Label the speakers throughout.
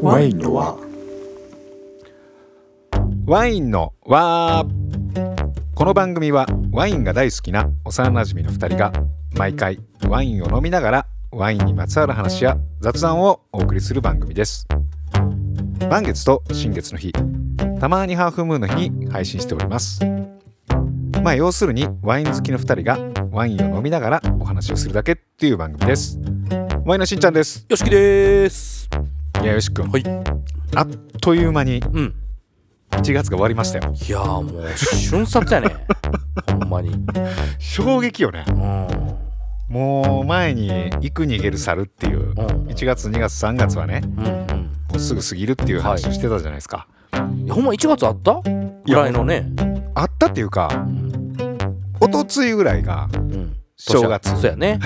Speaker 1: ワインのは
Speaker 2: ワインのわこの番組はワインが大好きな幼馴染の2人が毎回ワインを飲みながらワインにまつわる話や雑談をお送りする番組です満月と新月の日たまにハーフムーンの日に配信しておりますまあ要するにワイン好きの2人がワインを飲みながらお話をするだけっていう番組ですワインのしんちゃんです
Speaker 3: よしきです。
Speaker 2: いやよしくん
Speaker 3: はい。
Speaker 2: あっという間に
Speaker 3: うん。
Speaker 2: 1月が終わりましたよ
Speaker 3: いやーもう瞬殺やね。ほんまに。
Speaker 2: 衝撃よね
Speaker 3: うん。
Speaker 2: もう前に「行く逃げる猿」っていう
Speaker 3: うん。
Speaker 2: 1月2月3月はね
Speaker 3: うん
Speaker 2: もうすぐ過ぎるっていう話をしてたじゃないですか、
Speaker 3: うん。いやほんま一月あった？ぐらいのね。
Speaker 2: あったっていう
Speaker 3: う
Speaker 2: か
Speaker 3: ん。
Speaker 2: 一昨日ぐらいが
Speaker 3: うん。
Speaker 2: 正月
Speaker 3: そうやね。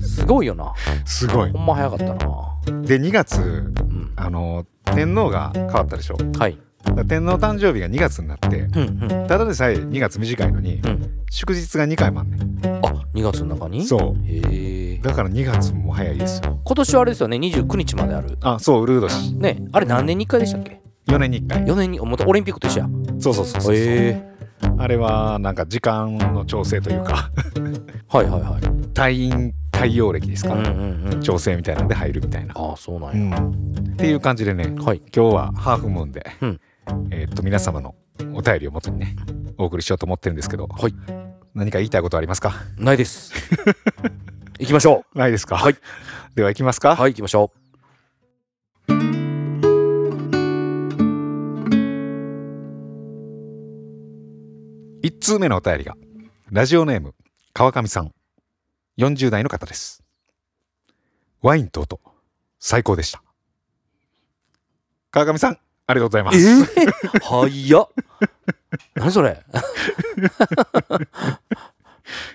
Speaker 3: すごいよな。
Speaker 2: すごい
Speaker 3: ほんま早かったな。
Speaker 2: で2
Speaker 3: う
Speaker 2: 月
Speaker 3: ん。
Speaker 2: あの天皇が変わったでしょだか
Speaker 3: はい。
Speaker 2: ら天皇誕生日が2月になって
Speaker 3: うんうん
Speaker 2: ただでさえ2月短いのに
Speaker 3: うん。
Speaker 2: 祝日が2回もあんねん
Speaker 3: あ、二月の中に？う。
Speaker 2: そう
Speaker 3: へえ。
Speaker 2: だから2月も早いですよ
Speaker 3: 今年はあれですよね。二十九日まである。
Speaker 2: あそうウルード氏
Speaker 3: ね。あれ何年に一回でしたっけ？
Speaker 2: 4年に1回
Speaker 3: 四年におまたオリンピックと一緒や。
Speaker 2: そうそうそうそう、
Speaker 3: え。
Speaker 2: あれはなんか時間の調整というか
Speaker 3: はいはいはい。
Speaker 2: 退院太陽暦ですか、
Speaker 3: うんうんうん。
Speaker 2: 調整みたいなんで入るみたいな、
Speaker 3: ああそうな
Speaker 2: うん
Speaker 3: や。
Speaker 2: ん、っていう感じでね
Speaker 3: はい。
Speaker 2: 今日はハーフムーンで、
Speaker 3: うん
Speaker 2: えーっと皆様のお便りをもとにねお送りしようと思ってるんですけど、
Speaker 3: はい
Speaker 2: 何か言いたいことありますか
Speaker 3: ないです。行きましょ
Speaker 2: ないですか、
Speaker 3: はい、
Speaker 2: では行きますか、
Speaker 3: う。はい、行きましょ
Speaker 2: 1通目のお便りがラジオネーム川上さん40代の方ですワインと音最高でした川上さんありがとうございま
Speaker 3: う。え
Speaker 2: す、
Speaker 3: ー、はいや。何それ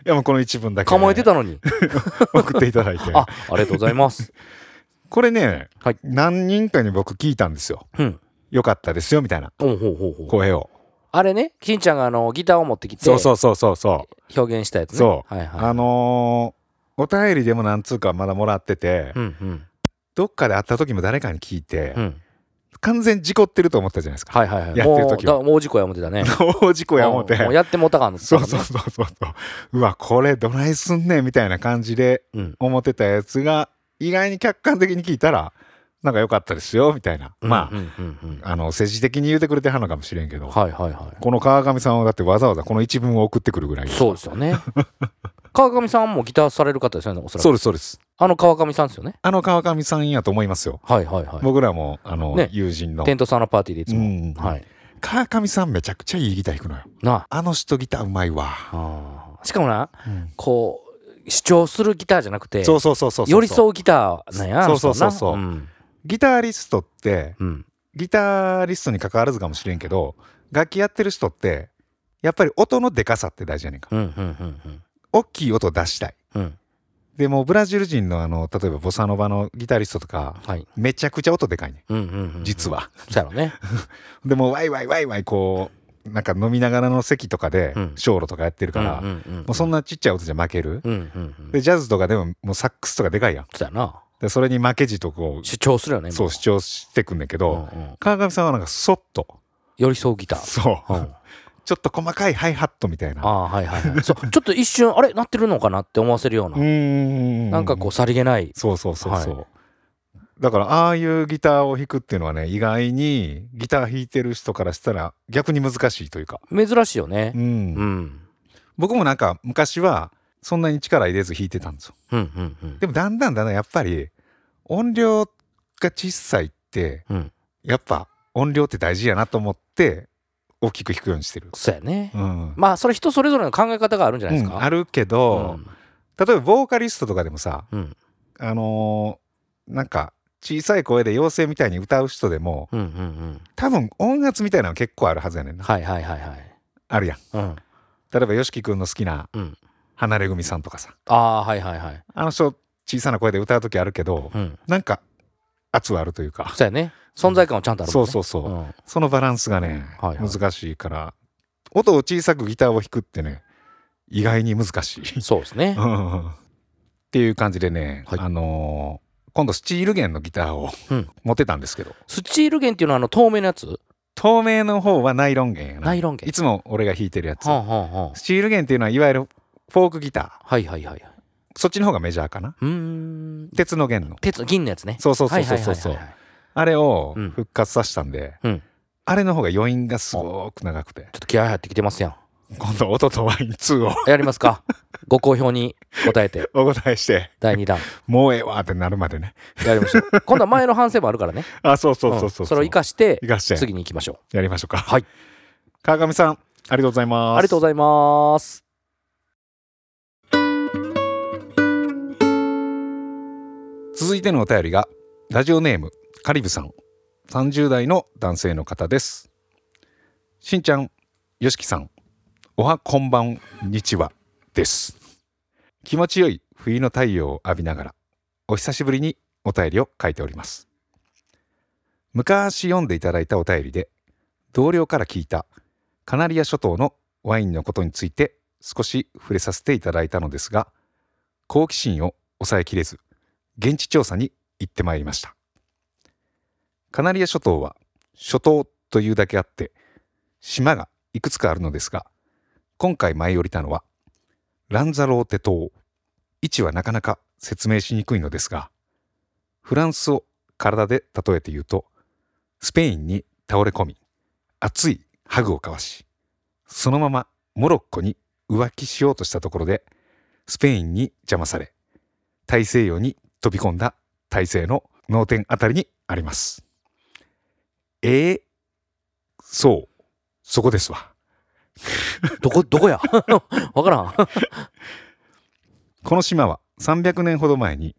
Speaker 2: いやもうこの一文だけ
Speaker 3: 構えてたのに。
Speaker 2: 送っていただいて
Speaker 3: あ、ありがとうございます。
Speaker 2: これね、
Speaker 3: はい
Speaker 2: 何人かに僕聞いたんですよ
Speaker 3: うん。
Speaker 2: よかったですよみたいな
Speaker 3: ほうほうほうほう。
Speaker 2: 声を
Speaker 3: あれね、しんちゃんがあのギターを持ってきて
Speaker 2: そうそうそうそうそう
Speaker 3: 表現したやつね。
Speaker 2: そう
Speaker 3: はいは
Speaker 2: あのーお便りでもなんつうかまだもらってて、
Speaker 3: い。うんうん
Speaker 2: どっかで会った時も誰かに聞いて、
Speaker 3: うん。
Speaker 2: 完全事故ってると思ったじゃないですか。
Speaker 3: はいはいはい。
Speaker 2: やってる
Speaker 3: もう、
Speaker 2: 時
Speaker 3: だ
Speaker 2: は
Speaker 3: もう事故や思ってたね。
Speaker 2: 大事 故や思って
Speaker 3: うんもうやってもうたかんの。
Speaker 2: そうそうそうそうそううわこれどないすんねんみたいな感じで
Speaker 3: うん。
Speaker 2: 思ってたやつが意外に客観的に聞いたらなんか良かったですよみたいな、ま
Speaker 3: う
Speaker 2: あ
Speaker 3: んうんうんうん。
Speaker 2: あの政治的に言うてくれてはんのかもしれんけど、
Speaker 3: はいはいはい。
Speaker 2: この川上さんはだってわざわざこの一文を送ってくるぐらい
Speaker 3: そうですよ ね。川上さんもギターされる方ですよね、おそら
Speaker 2: そう
Speaker 3: く。
Speaker 2: ですそうです
Speaker 3: あの川上さんですよね。
Speaker 2: あの川上さんやと思いますよ、
Speaker 3: はいはいはい。
Speaker 2: 僕らもあの、
Speaker 3: ね
Speaker 2: 友人の
Speaker 3: テントサウナパーティーでいつ
Speaker 2: う
Speaker 3: も。
Speaker 2: ん
Speaker 3: はい。
Speaker 2: 川上さんめちゃくちゃいいギター弾くのよ
Speaker 3: な
Speaker 2: あの人ギターうまいわ、
Speaker 3: あ。しかもな、こう、主張するギターじゃなくて、
Speaker 2: そうそうそうそうそう
Speaker 3: 寄り添うギターなんや。
Speaker 2: そうそうそうそ
Speaker 3: あ
Speaker 2: う
Speaker 3: の人なうん。
Speaker 2: ギタリストって
Speaker 3: うん。
Speaker 2: ギタリストに関わらずかもしれんけど楽器やってる人ってやっぱり音のでかさって大事やねんか
Speaker 3: うん。うん。うん。
Speaker 2: 大きい音出したい
Speaker 3: うん。うん。
Speaker 2: でもうブラジル人のあの例えばボサノバのギタリストとか
Speaker 3: はい。
Speaker 2: めちゃくちゃ音でかいねん
Speaker 3: うん。うん。うん
Speaker 2: 実。は、
Speaker 3: そうやろね。
Speaker 2: でもうワイワイワイワイこうなんか飲みながらの席とかで
Speaker 3: うん
Speaker 2: 小路とかやってるから、
Speaker 3: うん。うん。
Speaker 2: もうそん
Speaker 3: な。
Speaker 2: なちっちゃい音じゃ負ける、
Speaker 3: うん。うん。うん。
Speaker 2: でジャズとかでももうサックスとかでかいやん
Speaker 3: そうやな。
Speaker 2: でそれに負けじとこう
Speaker 3: 主張するよね。
Speaker 2: そう主張してくんねんけ
Speaker 3: う
Speaker 2: ど、
Speaker 3: んうん。
Speaker 2: 川上さんはなんかそっと
Speaker 3: 寄り添うギター。
Speaker 2: そう、
Speaker 3: うん。
Speaker 2: ちょっと細かいハイハットみたい
Speaker 3: あ
Speaker 2: な
Speaker 3: あ、はいはいはい。そう、ちょっと一瞬、あれ、なってるのかなって思わせるよう
Speaker 2: うー
Speaker 3: な。
Speaker 2: ん
Speaker 3: なんかこう、さりげない。
Speaker 2: そうそうそうそう、
Speaker 3: は
Speaker 2: だからああいうギターを弾くっていうのはね意外にギター弾いてる人からしたら逆に難しいというか、
Speaker 3: 珍しいよね
Speaker 2: う。ん
Speaker 3: うん。
Speaker 2: 僕もなんか昔はそんなに力入れず弾いてたんですよ
Speaker 3: うん。うん。うん。
Speaker 2: でもだんだんだんだんやっぱり音量が小さいって、
Speaker 3: うん
Speaker 2: やっぱ音量って大事やなと思って大きく弾くようにしてる、
Speaker 3: そうやね。
Speaker 2: うん
Speaker 3: まあそれ人それぞれの考え方があるんじゃないですか。
Speaker 2: うんあ
Speaker 3: る
Speaker 2: るけど、例えばボーカリストとかでもさ
Speaker 3: うん。
Speaker 2: あのーなんか小さい声で妖精みたいに歌う人でも
Speaker 3: うんうんうん
Speaker 2: 多分音圧みたいなの結構あるはずやねんな
Speaker 3: はいはいはいはい。
Speaker 2: あるやん
Speaker 3: うん。
Speaker 2: 例えば YOSHIKI 君の好きな
Speaker 3: うん。
Speaker 2: 離れ組さんとかさ
Speaker 3: ああはいはいはい。
Speaker 2: あの人小さな声で歌う時あるけど
Speaker 3: うん。
Speaker 2: なんか圧はあるというか
Speaker 3: そうやね。存在感をちゃんとあるも
Speaker 2: そ
Speaker 3: ん
Speaker 2: う
Speaker 3: ね。
Speaker 2: そうそう、
Speaker 3: うん。
Speaker 2: そのバランスがね、
Speaker 3: はいはい
Speaker 2: 難しいから音を小さくギターを弾くってね意 外に難しい
Speaker 3: そうですね
Speaker 2: う。んっていう感じでね、
Speaker 3: はい
Speaker 2: あのー今度スチール弦のギターを
Speaker 3: うん
Speaker 2: 持ってたんですけど
Speaker 3: スチール弦っていうのはあの透明のやつ
Speaker 2: 透明の方はナイロン弦やな
Speaker 3: ナイロン弦
Speaker 2: いつも俺が弾いてるやつ
Speaker 3: はあはあは
Speaker 2: スチール弦っていうのはいわゆるフォークギタ
Speaker 3: あはいはいはいはい
Speaker 2: ーそっちの方がメジャーかな
Speaker 3: うーん
Speaker 2: 鉄の弦の
Speaker 3: 鉄銀のやつね
Speaker 2: そうそうそ
Speaker 3: は
Speaker 2: う
Speaker 3: いは
Speaker 2: そ
Speaker 3: いうはいは
Speaker 2: そ
Speaker 3: いうはい
Speaker 2: あれを
Speaker 3: うん
Speaker 2: 復活させたんで、
Speaker 3: うん
Speaker 2: あれの方が余韻がすごく長くて
Speaker 3: ちょっと気合入ってきてますやん
Speaker 2: 今度音とワイン2を
Speaker 3: やりますか ご好評に答えて
Speaker 2: お答えして
Speaker 3: 第2弾
Speaker 2: もうええわってなるまでね
Speaker 3: やりましょ う今度は前の反省もあるからね
Speaker 2: あそうそうそうそう、
Speaker 3: んそれを生かして
Speaker 2: 生かして
Speaker 3: 次に行きましょ
Speaker 2: やりましょうか
Speaker 3: はい
Speaker 2: 川上さんありがとうございうま
Speaker 3: あ
Speaker 2: す
Speaker 3: りがとうございます
Speaker 2: 続いてのお便りがラジオネームカリブさん30代の男性の方ですしんちゃんよしきさんおはこんばんにちはです気持ちよい冬の太陽を浴びながらお久しぶりにお便りを書いております昔読んでいただいたお便りで同僚から聞いたカナリア諸島のワインのことについて少し触れさせていただいたのですが好奇心を抑えきれず現地調査に行ってまいりましたカナリア諸島は諸島というだけあって島がいくつかあるのですが今回舞い降りたのはランザローテ島位置はなかなか説明しにくいのですがフランスを体で例えて言うとスペインに倒れ込み熱いハグを交わしそのままモロッコに浮気しようとしたところでスペインに邪魔され大西洋に飛び込んだ大西の脳天あたりにあります。えー、そう、そこですわ。
Speaker 3: どこどこ やわからん
Speaker 2: この島は300年ほど前に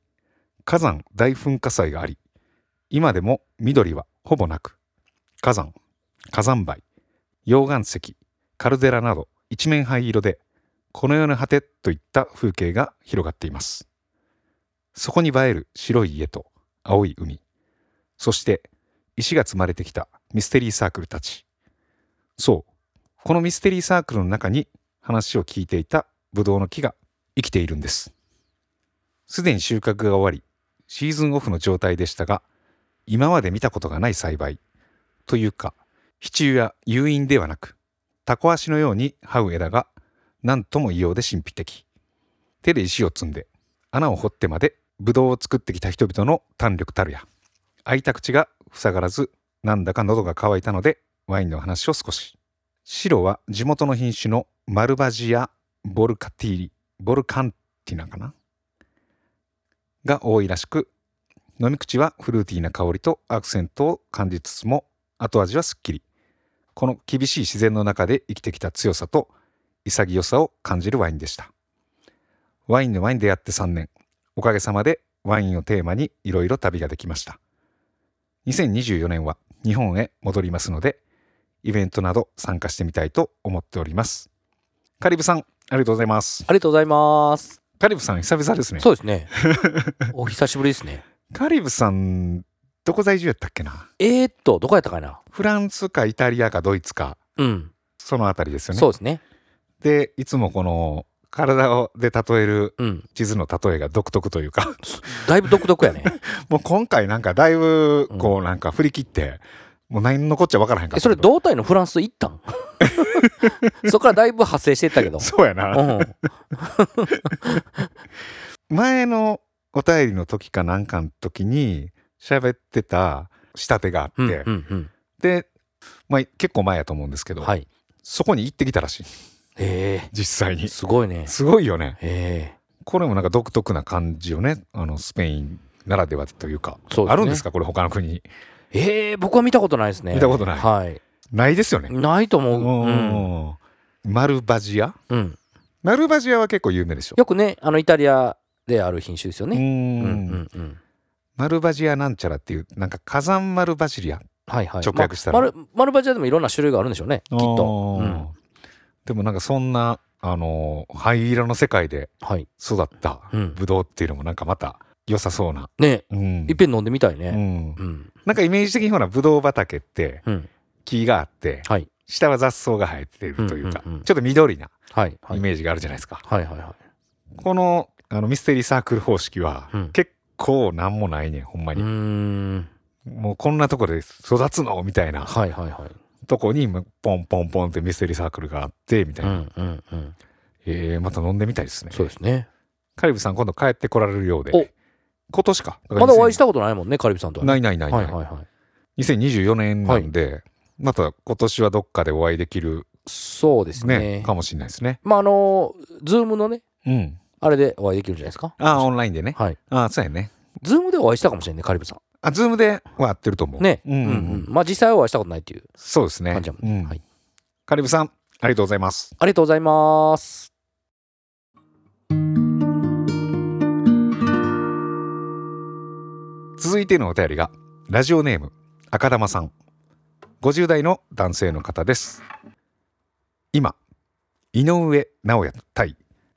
Speaker 2: 火山大噴火災があり今でも緑はほぼなく火山火山灰溶岩石カルデラなど一面灰色でこの世の果てといった風景が広がっていますそこに映える白い家と青い海そして石が積まれてきたミステリーサークルたちそうこのミステリーサークルの中に話を聞いていたブドウの木が生きているんですすでに収穫が終わりシーズンオフの状態でしたが今まで見たことがない栽培というか支柱や誘引ではなくタコ足のように這う枝が何とも異様で神秘的手で石を積んで穴を掘ってまでブドウを作ってきた人々の胆力たるや開いた口が塞がらずなんだか喉が渇いたのでワインの話を少し白は地元の品種のマルバジア・ボルカティーリボルカンティナかなが多いらしく飲み口はフルーティーな香りとアクセントを感じつつも後味はすっきりこの厳しい自然の中で生きてきた強さと潔さを感じるワインでしたワインのワイン出会って3年おかげさまでワインをテーマにいろいろ旅ができました2024年は日本へ戻りますのでイベントなど参加してみたいと思っておりますカリブさんありがとうございます
Speaker 3: ありがとうございます
Speaker 2: カリブさん久々ですね
Speaker 3: そうです ねお久しぶりですね
Speaker 2: カリブさんどこ在住やったっけな
Speaker 3: えー、っとどこやったかな
Speaker 2: フランスかイタリアかドイツか
Speaker 3: うん
Speaker 2: そのあたりですよね
Speaker 3: そうですね
Speaker 2: でいつもこの体をで例える
Speaker 3: うん
Speaker 2: 地図の例えが独特というか
Speaker 3: だいぶ独特や ね
Speaker 2: もう今回なんかだいぶこうなんか振り切って、もう何残っちゃ分からへん
Speaker 3: え
Speaker 2: かった
Speaker 3: それ
Speaker 2: う
Speaker 3: 胴体のフランス行ったん そこからだいぶ派生していった けど
Speaker 2: そうやな、
Speaker 3: うん
Speaker 2: 前のお便りの時かなんかの時に喋ってた仕立てがあって、
Speaker 3: うんうん
Speaker 2: で、まあ、結構前やと思うんですけ
Speaker 3: う
Speaker 2: ど、
Speaker 3: んはい
Speaker 2: そこに行ってきたらしい
Speaker 3: え
Speaker 2: 実際
Speaker 3: え
Speaker 2: に
Speaker 3: すごいね
Speaker 2: すごいよね
Speaker 3: え
Speaker 2: これもなんか独特な感じよねあのスペインならではというか
Speaker 3: そうですね
Speaker 2: あるんですかこれ他の国に
Speaker 3: えええ僕は見たことないですね
Speaker 2: 見たことない
Speaker 3: はい
Speaker 2: ないですよね、
Speaker 3: ないと思ううん、
Speaker 2: おーマルバジア
Speaker 3: うん、
Speaker 2: マルバジアは結構有名でしょ
Speaker 3: よくねあのイタリアである品種ですよ
Speaker 2: うー
Speaker 3: ねうん
Speaker 2: ん
Speaker 3: うんうん
Speaker 2: マルバジアなんちゃらっていうなんか火山マルバジリアきっ
Speaker 3: はいはい
Speaker 2: 直訳したら
Speaker 3: まあマルマルバジアでもいろんな種類があるんでしょうねきっと、うん、
Speaker 2: でもなんかそんなあのー灰色の世界で
Speaker 3: はい
Speaker 2: 育った
Speaker 3: うん
Speaker 2: ブドウっていうのもなんかまた良さそうな、
Speaker 3: ね
Speaker 2: うん
Speaker 3: いっぺん飲んでみたいうね
Speaker 2: ん、
Speaker 3: うん
Speaker 2: なんかイメージ的にほらブドウ畑って
Speaker 3: うん
Speaker 2: 木があって
Speaker 3: はい
Speaker 2: 下は雑草が生えてるというか、
Speaker 3: うんうんうん
Speaker 2: ちょっと緑な
Speaker 3: はいはい
Speaker 2: イメージがあるじゃないですか、
Speaker 3: はいはいはい
Speaker 2: このあのミステリーサークル方式は
Speaker 3: うん
Speaker 2: 結構なんもないねんほんま
Speaker 3: うー
Speaker 2: に、
Speaker 3: ん。
Speaker 2: もうこんなとこで育つのみたいな
Speaker 3: はいはいはい。
Speaker 2: とこにポンポンポンってミステリーサークルがあってみたいうな、
Speaker 3: んうんうん。
Speaker 2: えーまた飲んでみたいですね
Speaker 3: そうですね。
Speaker 2: カリブさん今度帰ってこられるようで
Speaker 3: お
Speaker 2: 今年か
Speaker 3: まだお会いしたたことないもんね、カリブさんとは。
Speaker 2: ないないないな、
Speaker 3: はいいはいはい。
Speaker 2: 2024年なんで、また今年はどっかでお会いできる
Speaker 3: そうです
Speaker 2: ね
Speaker 3: ね。
Speaker 2: かもしれないですね
Speaker 3: まああの、ズームのね、
Speaker 2: うん
Speaker 3: あれでお会いできるんじゃないですか。
Speaker 2: ああオンラインでね
Speaker 3: はい。
Speaker 2: ああそうやね
Speaker 3: ズームでお会いしたかもしれないね、カリブさ。
Speaker 2: あズームでは合ってると思うん
Speaker 3: ね。
Speaker 2: う
Speaker 3: うんん
Speaker 2: う
Speaker 3: うんん。まあ実際はお会いしたことないっていう
Speaker 2: そうですね
Speaker 3: 感じだも
Speaker 2: うん
Speaker 3: ね。
Speaker 2: ん
Speaker 3: はい。
Speaker 2: カリブさんありがとうございます
Speaker 3: ありがとうございます。
Speaker 2: 続いてのお便りがラジオネーム赤玉さん50代の男性の方です今井上尚弥対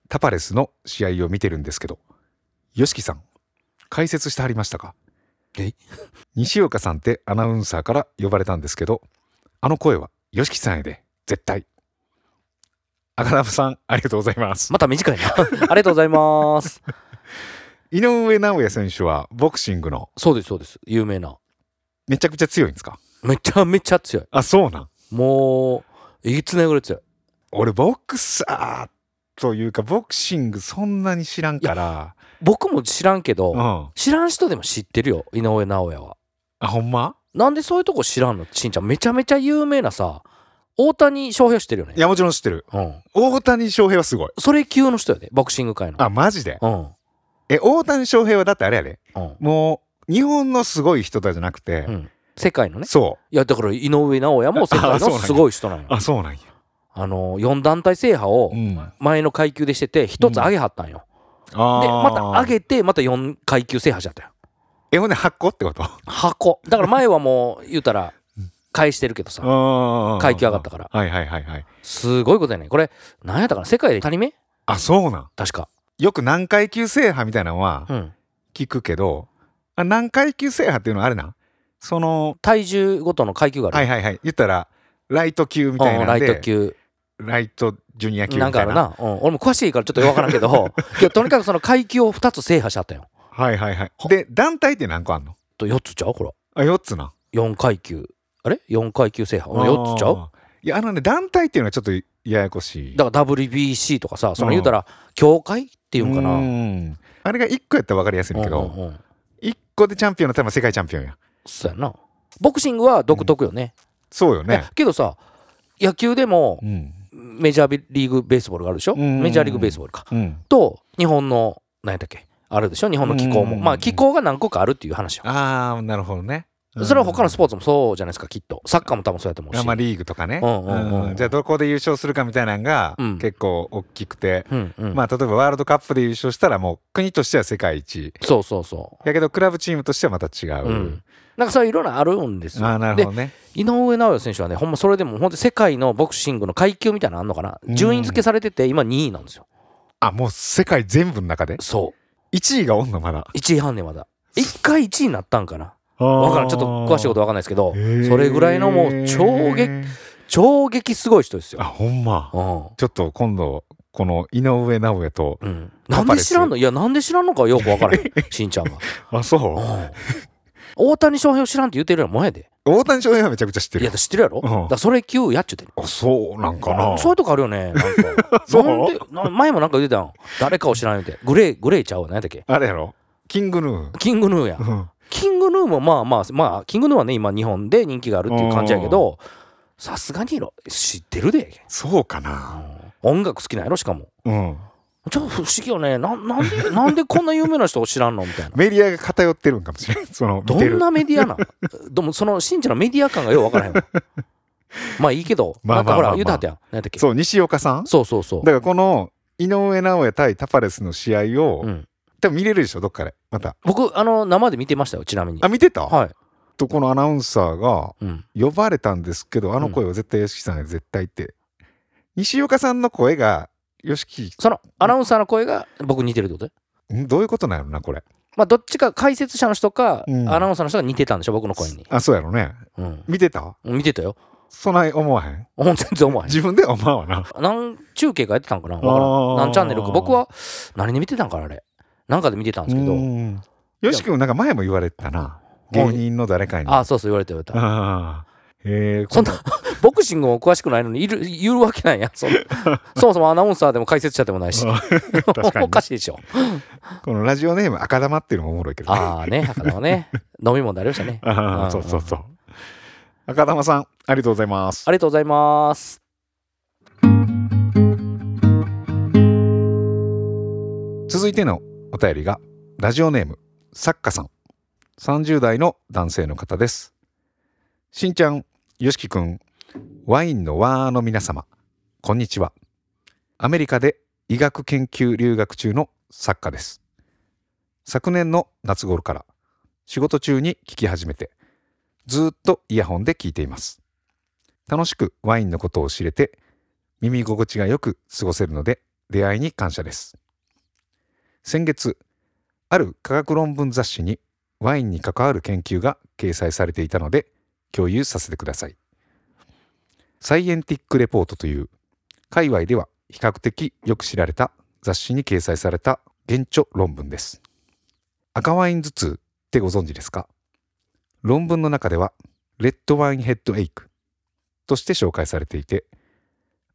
Speaker 2: タパレスの試合を見てるんですけど YOSHIKI さん解説してはりましたか
Speaker 3: え
Speaker 2: 西岡さんってアナウンサーから呼ばれたんですけどあの声は YOSHIKI さんやで絶対赤玉さんありがとうございます
Speaker 3: また短いな。 ありがとうございます。
Speaker 2: 井上尚弥選手はボクシングの
Speaker 3: そうですそうです。有名な。
Speaker 2: めちゃくちゃ強いんですか
Speaker 3: めちゃめちゃ強い。
Speaker 2: あそうなん
Speaker 3: もう、えげつないぐらい強い。
Speaker 2: 俺ボクサーというかボクシングそんなに知らんから
Speaker 3: 僕も知らんけど、
Speaker 2: うんあ
Speaker 3: 知らん人でも知ってるよ、井上尚弥は。
Speaker 2: ほんま
Speaker 3: なんでそういうとこ知らんのしんちゃん、めちゃめちゃ有名なさ、大谷翔平知ってるよね。
Speaker 2: いやもちろん知ってる
Speaker 3: うん。
Speaker 2: 大谷翔平はすごい
Speaker 3: それ級の人やで、ボクシング界の。
Speaker 2: あマジで
Speaker 3: うん。
Speaker 2: え大谷翔平はだってあれやで
Speaker 3: うん。
Speaker 2: もう日本のすごい人だじゃなくて、
Speaker 3: うん。世界のね。
Speaker 2: そう
Speaker 3: いや、だから井上尚弥も世界
Speaker 2: あそう
Speaker 3: の
Speaker 2: なんや
Speaker 3: すごい人なんよ。
Speaker 2: あそうなんや
Speaker 3: あの、4団体制覇を
Speaker 2: うんあ
Speaker 3: 前の階級でしてて、1つ上げはったんよ。で、また上
Speaker 2: げ
Speaker 3: げて、また4階級制覇しちゃったよ。
Speaker 2: えほんで8個ってこと
Speaker 3: 箱。だから前はもう、言うた ら、返してるけどさ、階級上がったから
Speaker 2: はいはいはいはい
Speaker 3: すごいことやね。これ、なんやったかな世界で2人目
Speaker 2: あそうなん
Speaker 3: 確か。
Speaker 2: よく何階級制覇みたいなのは
Speaker 3: うん。
Speaker 2: 聞くけど、あ何階級制覇っていうのはあれなその
Speaker 3: 体重ごとの階級がある。
Speaker 2: はいはいはい言ったらライト級みたい
Speaker 3: うん
Speaker 2: なん
Speaker 3: ラ
Speaker 2: で
Speaker 3: イト級
Speaker 2: ライトジュニア級みた
Speaker 3: ないんか
Speaker 2: な
Speaker 3: あるな、うん、俺も詳しいからちょっと分からんけ どいやとにかくその階級を2つ制覇しちゃったよ
Speaker 2: はいはいはい
Speaker 3: ほ
Speaker 2: で団体って何個あんの
Speaker 3: と4つちゃうこれ
Speaker 2: あ4つな
Speaker 3: 4階級あれ4階級制覇4つちゃう
Speaker 2: あーいやあのね団体っていうのはちょっとややこしい
Speaker 3: だから WBC とかさそ
Speaker 2: う
Speaker 3: の
Speaker 2: ん
Speaker 3: 言うたら協会っていうんかな
Speaker 2: う
Speaker 3: うん
Speaker 2: んあれが1個やったら分かりやすいんだけ
Speaker 3: うん
Speaker 2: ど
Speaker 3: うん
Speaker 2: 1個でチャンピオンのたら世界チャンピオンや
Speaker 3: そうやなボクシングは独特よね,
Speaker 2: そうよ
Speaker 3: いや、
Speaker 2: ね
Speaker 3: けどさ野球でも
Speaker 2: うん
Speaker 3: メジャーリーグベースボールがあるでしょ、
Speaker 2: うんうんうん
Speaker 3: メジャーリーグベースボールか
Speaker 2: うん
Speaker 3: と日本の何やったっけあるでしょ日本の機構
Speaker 2: うんうん
Speaker 3: も、
Speaker 2: うん
Speaker 3: まあ機構が何個かあるっていう話よ
Speaker 2: ああなるほどねうん
Speaker 3: それは他のスポーツもそうじゃないですかきっとサッカーも多分そうやと思う
Speaker 2: あ
Speaker 3: し
Speaker 2: まあリーグとかね
Speaker 3: うんうんうん
Speaker 2: うんじゃあどこで優勝するかみたいなのが
Speaker 3: うん
Speaker 2: 結構大きくて
Speaker 3: うんうん
Speaker 2: まあ例えばワールドカップで優勝したらもう国としては世界一
Speaker 3: そうそうそ
Speaker 2: やけどクラブチームとしてはまた違
Speaker 3: う、
Speaker 2: う、
Speaker 3: うん、なんかそういういろんなあるんですよ
Speaker 2: ああなるほど
Speaker 3: で
Speaker 2: ね
Speaker 3: 井上尚弥選手はねほんまそれでも本当世界のボクシングの階級みたいなのあんのかな、
Speaker 2: うん
Speaker 3: 順位付けされてて今2位なんですよ
Speaker 2: あもう世界全部の中で
Speaker 3: そ
Speaker 2: 1位がおんのまだ
Speaker 3: う1位半でまだ1回1位になったんかな
Speaker 2: わ
Speaker 3: 分からんちょっと詳しいこと
Speaker 2: は
Speaker 3: 分かんないですけどそれぐらいのもう超激超激すごい人です
Speaker 2: あ
Speaker 3: よ、
Speaker 2: ほんま
Speaker 3: う
Speaker 2: ちょっと今度この井上尚弥と
Speaker 3: んうん、なんで知らんのいやなんで知らんのかよく分からへん しんちゃんが、
Speaker 2: あそう
Speaker 3: うん、大谷翔平を知らんって言ってるよりもんやで
Speaker 2: 大谷翔平はめちゃくちゃ知って
Speaker 3: いや
Speaker 2: る
Speaker 3: 知ってるやろ、
Speaker 2: うん
Speaker 3: だからそれ級やっちゅうてる
Speaker 2: あそうなんかな
Speaker 3: そういうとこあるよね。なんか
Speaker 2: そう
Speaker 3: なんでな前もなんか言ってたん。誰かを知らんよって。グレー、グレーちゃうわ。何やったっけ
Speaker 2: あれやろキングヌー
Speaker 3: キングヌーや。
Speaker 2: うん
Speaker 3: キングヌーもまあまあ、まあ、キングヌーはね、今日本で人気があるっていう感じやけど、さすがにろ知ってるで。
Speaker 2: そうかな
Speaker 3: 音楽好きなんやろしかも。
Speaker 2: うん
Speaker 3: ちょっと不思議よね。ななんで、なんでこんな有名な人を知らんのみたいな。
Speaker 2: メディアが偏ってるん かもしれないその見
Speaker 3: ど
Speaker 2: てる
Speaker 3: んなメディアなんでもその信者のメディア感がよう分からへん わ。まあいいけど、
Speaker 2: まあ
Speaker 3: なんかほ
Speaker 2: まあま
Speaker 3: ら、
Speaker 2: あまあ
Speaker 3: 言うたはったやん。何やったっけ
Speaker 2: そう西岡さん
Speaker 3: そうそうそう
Speaker 2: だ。からこの井上尚弥対タパレスの試合を、
Speaker 3: うん
Speaker 2: 多分見れるでしょどっかでまた
Speaker 3: 僕、あの、生で見てましたよ、ちなみに。
Speaker 2: あ見てた、
Speaker 3: は
Speaker 2: とこのアナウンサーが
Speaker 3: い。うん。
Speaker 2: 呼ばれたんですけどあの声は絶対 YOSHIKI さんや絶対って、西岡さんの声が YOSHIKI
Speaker 3: そのアナウンサーの声が僕似てるってこと
Speaker 2: んどういうことなのなこれ
Speaker 3: まあどっちか解説者の人か、
Speaker 2: うん
Speaker 3: アナウンサーの人が似てたんでしょ僕の声に、
Speaker 2: あそうやろね
Speaker 3: うん、
Speaker 2: 見てた
Speaker 3: 見てたよ
Speaker 2: そない思わへん
Speaker 3: ほん全然思わへん
Speaker 2: 自分では思わんわな
Speaker 3: 何中継かやってたんかなわ
Speaker 2: あー
Speaker 3: からん何チャンネルか僕は何で見てたんかなあれなんかで見てたんですけど
Speaker 2: うんよし君なんか前も言われてたな芸人の誰かに
Speaker 3: ああそうそう言われて言われた
Speaker 2: あー へえ
Speaker 3: そんなボクシングも詳しくないのにいる言うわけないやんそんな そもそもアナウンサーでも解説者でもないし
Speaker 2: 確かに
Speaker 3: おかしいでしょ
Speaker 2: このラジオネーム赤玉っていうのもおもろいけどね
Speaker 3: ああね博多はね飲み物でありましたね
Speaker 2: あ
Speaker 3: う
Speaker 2: ー
Speaker 3: ん
Speaker 2: そうそうそう赤玉さんありがとうございます
Speaker 3: ありがとうございます
Speaker 2: 続いてのお便りがラジオネームサッカさん30代の男性の方ですしんちゃんよしきくんワインのわーの皆様こんにちはアメリカで医学研究留学中の作家です昨年の夏頃から仕事中に聞き始めてずーっとイヤホンで聞いています楽しくワインのことを知れて耳心地がよく過ごせるので出会いに感謝です先月ある科学論文雑誌にワインに関わる研究が掲載されていたので共有させてくださいサイエンティックレポートという界隈では比較的よく知られた雑誌に掲載された原著論文です赤ワイン頭痛ってご存知ですか論文の中ではレッドワインヘッドエイクとして紹介されていて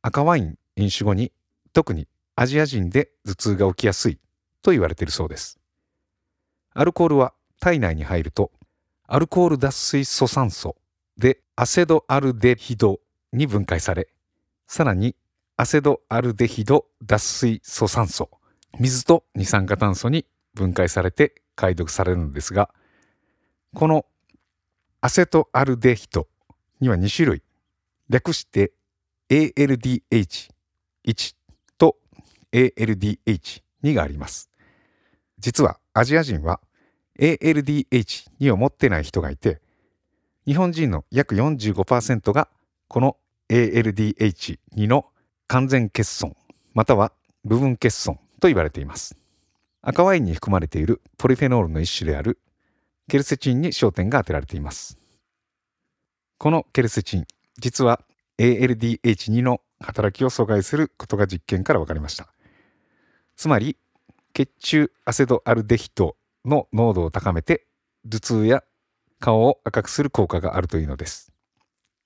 Speaker 2: 赤ワイン飲酒後に特にアジア人で頭痛が起きやすいと言われているそうですアルコールは体内に入るとアルコール脱水素酸素でアセドアルデヒドに分解されさらにアセドアルデヒド脱水素酸素水と二酸化炭素に分解されて解読されるのですがこのアセトアルデヒドには2種類略して ALDH1 と ALDH2 があります実はアジア人は ALDH2 を持ってない人がいて日本人の約45%がこの ALDH2 の完全欠損または部分欠損と言われています赤ワインに含まれているポリフェノールの一種であるケルセチンに焦点が当てられていますこのケルセチン実は ALDH2 の働きを阻害することが実験から分かりましたつまり血中アセドアルデヒドの濃度を高めて頭痛や顔を赤くする効果があるというのです